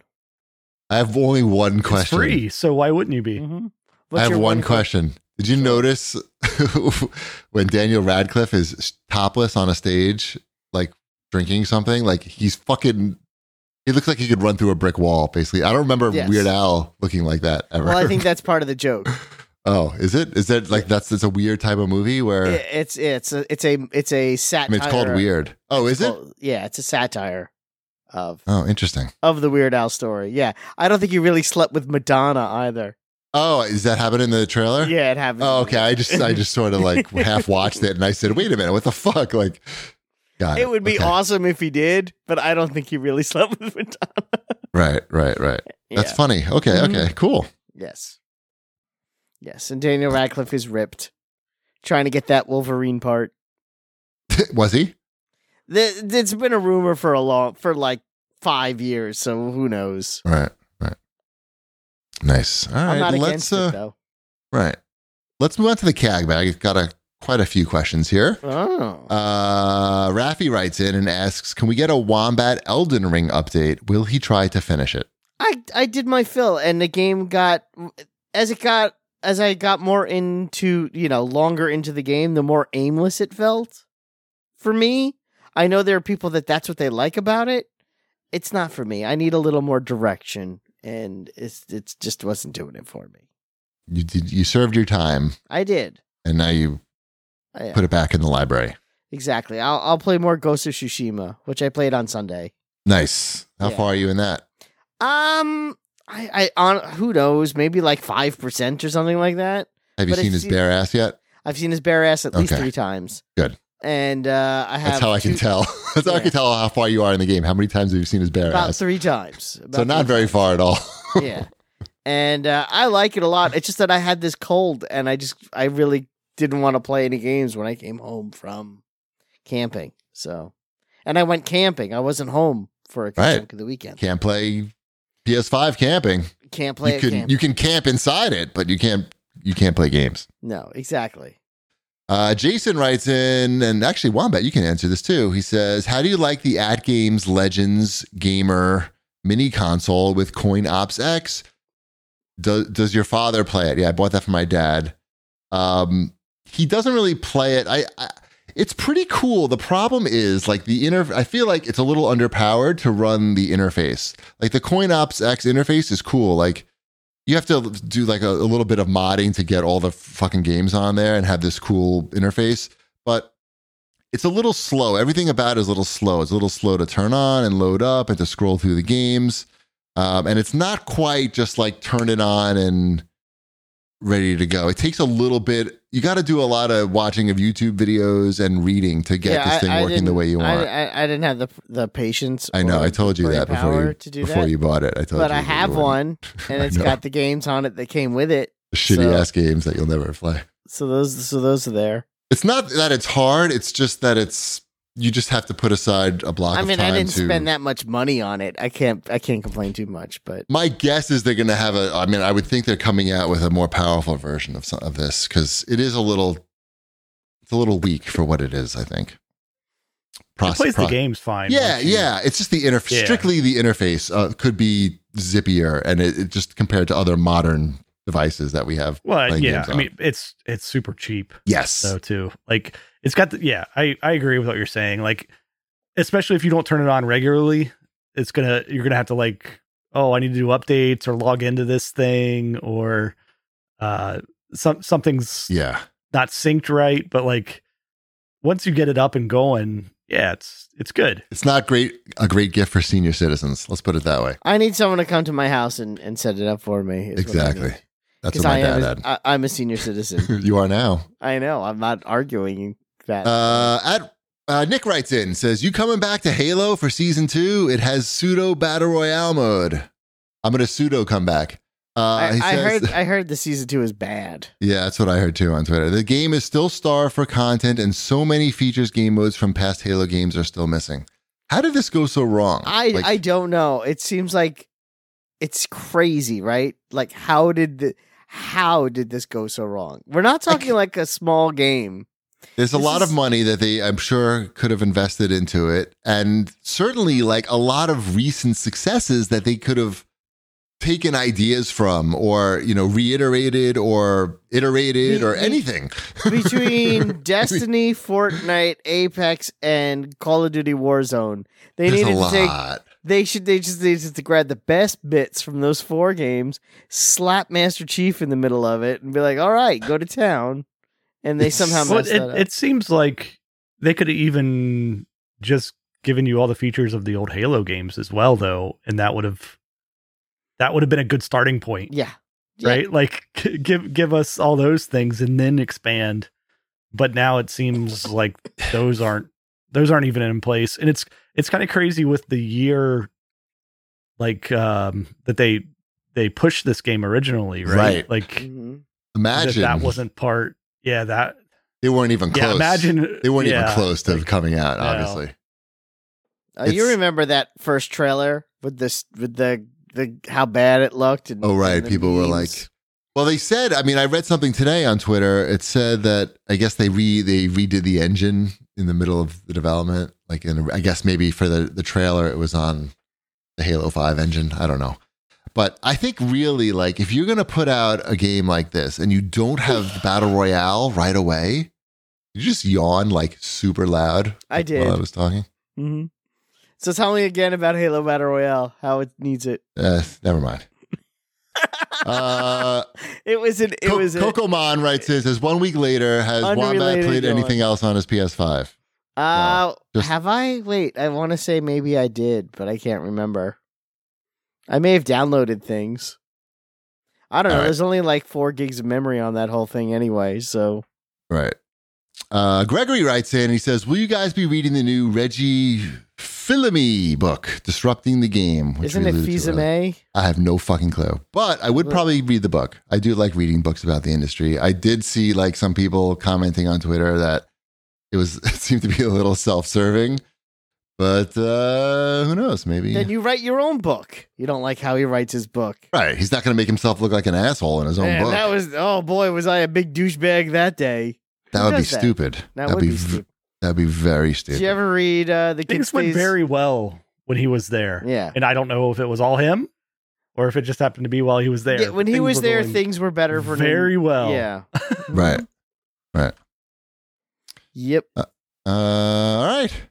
I have only one
It's
question. Mm-hmm.
free, so why wouldn't you be?
Mhm.
I
What's
have
your
one question. Did you notice when Daniel Radcliffe is topless on a stage, like drinking something? Like he's fucking. He looks like he could run through a brick wall, basically. I don't remember
Yes.
Weird Al looking like that ever.
Well, I think that's part of the joke.
oh, is it? Is that like that's it's a weird type of movie where
It- it's it's a, it's a it's a
I
satire.
mean, it's called weird. Oh, is it?
Well, yeah, it's a satire of
Oh, interesting.
of the Weird Al story. Yeah, I don't think he really slept with Madonna either.
Oh, is that happened in the trailer?
Yeah, it happened.
Oh, okay. I just I just sort of like half watched it and I said, wait a minute, what the fuck? Like, got
It would be
Okay.
awesome if he did, but I don't think he really slept with Madonna.
Right, right, right. That's
Yeah.
funny. Okay,
Mhm.
okay, cool.
Yes. Yes, and Daniel Radcliffe is ripped, trying to get that Wolverine part.
Was he?
Th- It's been a rumor for a long, for like five years, so who knows?
All right, right. Nice. All
I'm not
right,
against
let's
it
uh,
though.
right. Let's move on to the CAG bag. I've got a quite a few questions here.
Oh,
Uh, Rafi writes in and asks, "Can we get a Wombat Elden Ring update? Will he try to finish it?"
I I did my fill, and the game got as it got as I got more into you know longer into the game, the more aimless it felt for me. I know there are people that that's what they like about it. It's not for me. I need a little more direction, and it's it's just wasn't doing it for me.
You did. You served your time,
I did
and now you
I,
put it back in the library.
exactly. I'll I'll play more Ghost of Tsushima, which I played on Sunday.
Nice. How
Yeah.
far are you in that?
Um, I I on who knows maybe like five percent or something like that.
Have you
But
seen
it's-
his bare ass yet?
I've seen his bare ass at least
Okay.
three times.
Good.
And uh, I have.
That's how I can
two-
tell. That's how I
Yeah.
can tell how far you are in the game. How many times have you seen his bare
About
ass?
three times.
so
About
not
three
very far at all.
times. yeah. And uh, I like it a lot. It's just that I had this cold, and I just I really didn't want to play any games when I came home from camping. So, and I went camping. I wasn't home for a good
Right.
chunk of the weekend.
Can't play PS5 camping.
Can't play
you
at
can
camp.
you can camp inside it, but you can't you can't play games.
no, exactly.
Uh, Jason writes in, and actually Wombat, you can answer this too. He says, "How do you like the At Games Legends Gamer mini console with Coin Ops X? Does does your father play it? Yeah, I bought that for my dad. Um, he doesn't really play it. I." I it's pretty cool. The problem is like the inter I feel like it's a little underpowered to run the interface. Like the Coin Ops X interface is cool. Like you have to do like a, a little bit of modding to get all the fucking games on there and have this cool interface, but it's a little slow. Everything about it is a little slow. It's a little slow to turn on and load up and to scroll through the games. Um, and it's not quite just like turn it on and ready to go. It takes a little bit. You got to do a lot of watching of YouTube videos and reading to get this
I-
thing
I
working the
didn't-
way you
I-
want. I,
I, I, didn't have the the patience.
know.
or
I told you
brain
that before
power
you
to do
before
that.
you bought it. I told you.
but I
that you
have
wouldn't.
one, and
I
it's
know.
got the games on it that came with it.
shitty
so-
ass games that you'll never play.
So those, so those are there.
It's not that it's hard. It's just that it's you just have to put aside a block.
I mean,
of time
I didn't
to,
spend that much money on it. I can't, I can't complain too much. But
My guess is they're going to have a. I mean, I would think they're coming out with a more powerful version of some, of this because it is a little, it's a little weak for what it is. I think.
It
Proce-
plays
pro-
the games fine.
Yeah,
once you-
yeah. It's just the interface.
Yeah.
Strictly the interface uh, could be zippier, and it, it just compared to other modern devices that we have.
Well,
playing
yeah.
games
I
on.
mean, it's it's super cheap.
Yes.
though too like it's got the yeah i i agree with what you're saying like especially if you don't turn it on regularly it's gonna you're gonna have to like oh i need to do updates or log into this thing or uh some something's
yeah.
not synced right but like once you get it up and going yeah it's it's good
It's not great. A great gift for senior citizens. Let's put it that way.
I need someone to come to my house and, and set it up for me.
Exactly. That's
Because
what
I,
my dad
am,
had.
I, I'm a senior citizen.
you are now.
I know. I'm not arguing that.
Uh, at, uh, Nick writes in says, "You coming back to Halo for season two? It has pseudo battle royale mode. I'm gonna pseudo come back." Uh,
I,
he
I
says-
heard, I heard the season two is bad.
Yeah, that's what I heard too on Twitter. The game is still starved for content, and so many features, game modes from past Halo games are still missing. How did this go so wrong?
I
Like,
I don't know. It seems like it's crazy, right? Like how did the how did this go so wrong? We're not talking
ca-
like a small game
There's a
This
lot
is-
of money that they, I'm sure, could have invested into it, and certainly like a lot of recent successes that they could have taken ideas from, or you know, reiterated, or iterated,
Be-
or
be-
anything.
Between Destiny, Fortnite, Apex, and Call of Duty Warzone, they
There's a
needed to take.
lot.
They should. They just needed to grab the best bits from those four games, slap Master Chief in the middle of it, and be like, "All right, go to town." And they somehow
Well,
messed
it,
that up.
it seems like they could have even just given you all the features of the old Halo games as well, though, and that would have that would have been a good starting point,
yeah. Yeah.
right? Like g- give give us all those things and then expand. But now it seems like those aren't those aren't even in place, and it's it's kind of crazy with the year like um that they they pushed this game originally, right?
Right.
Like
Mhm.
that,
Imagine
that wasn't part. Yeah, that
they weren't even close.
yeah, imagine
they weren't even
yeah,
close to
like,
coming out.
no.
Obviously,
Uh, you
It's-
remember that first trailer with this with the the how bad it looked and
Oh, right.
and the
People were
memes?
Well, they said. I mean, I read something today on Twitter. It said that I guess they re they redid the engine in the middle of the development. Like, in I guess maybe for the the trailer, it was on the Halo Five engine. I don't know, but I think really, like, if you're gonna put out a game like this and you don't have the battle royale right away, you just yawn like super loud
I did.
while I was talking.
hmm So tell me again about Halo Battle Royale, how it needs it.
Uh, never mind. Uh,
it was an it
Co-
was an-
Kokomon writes this as one week later has Wombat
Unrelated
played
yawn.
anything else on his PS5?
uh
just-
have I wait, I want to say maybe I did, but I can't remember. I may have downloaded things. I don't know.
All right.
There's only like 4 gigs of memory on that whole thing anyway, so
Right. Uh, Gregory writes in. He says, "Will you guys be reading the new Reggie Fillamy book, Disrupting the Game?" which
isn't
we
it eh?
alluded to earlier?
Fizame?
I have no fucking clue, but I would
Look.
probably read the book. I do like reading books about the industry. I did see like some people commenting on Twitter that it was it seemed to be a little self-serving, but uh, who knows? Maybe
Then you write your own book. You don't like how he writes his book.
right. He's not going to make himself look like an asshole in his own
Man,
book.
that was oh boy, was I a big douchebag that day.
That
Who
would be
does that?
stupid.
That
That'd
would be,
v-
stupid.
That'd be very
Did
stupid.
you ever read uh, the
things
Kids
went
Stays-
very well when he was there.
Yeah.
And I don't know if it was all him or if it just happened to be while he was there.
Yeah, when he
Things
was
were
there,
going
things were better for him.
very well.
Yeah.
right.
Yep.
Uh, all right.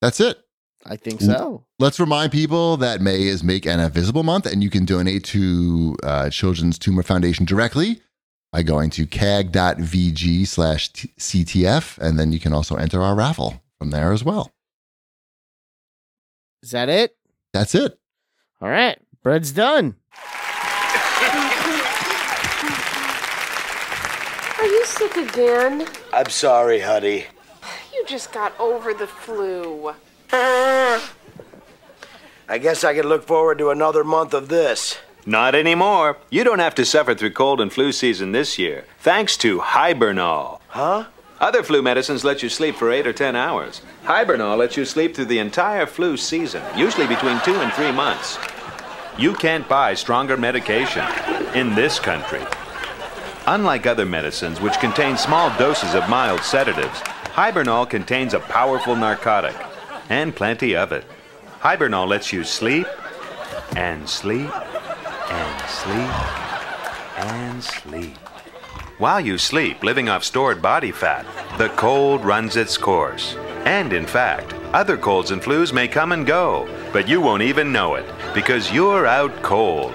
That's it.
I think
Mm.
so.
Let's remind people that May is Make NF Visible Month, and you can donate to uh, Children's Tumor Foundation directly by going to cag.vg slash CTF, and then you can also enter our raffle from there as well.
Is that it?
That's it.
All right. Bread's done.
Are you sick again?
I'm sorry, honey.
You just got over the flu.
I guess I could look forward to another month of this.
Not anymore. You don't have to suffer through cold and flu season this year, thanks to Hibernol.
Huh?
Other flu medicines let you sleep for 8 or 10 hours. Hibernol lets you sleep through the entire flu season, usually between 2 and 3 months. You can't buy stronger medication in this country. Unlike other medicines, which contain small doses of mild sedatives, Hibernol contains a powerful narcotic, and plenty of it. Hibernol lets you sleep and sleep and sleep and sleep. While you sleep, living off stored body fat, the cold runs its course. And in fact, other colds and flus may come and go, but you won't even know it because you're out cold.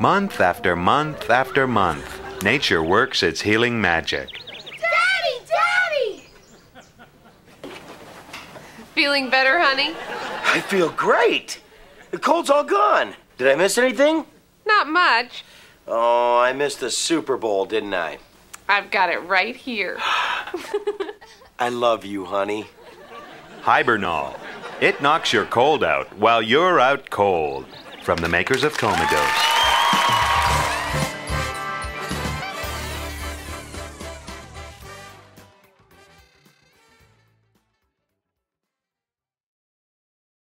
Month after month after month, nature works its healing magic.
Daddy, Daddy! Feeling better, honey?
I feel great. The cold's all gone. Did I miss anything?
Not much.
Oh, I missed the Super Bowl, didn't I?
I've got it right here.
I love you, honey.
Hibernol. It knocks your cold out while you're out cold. From the makers of Comados.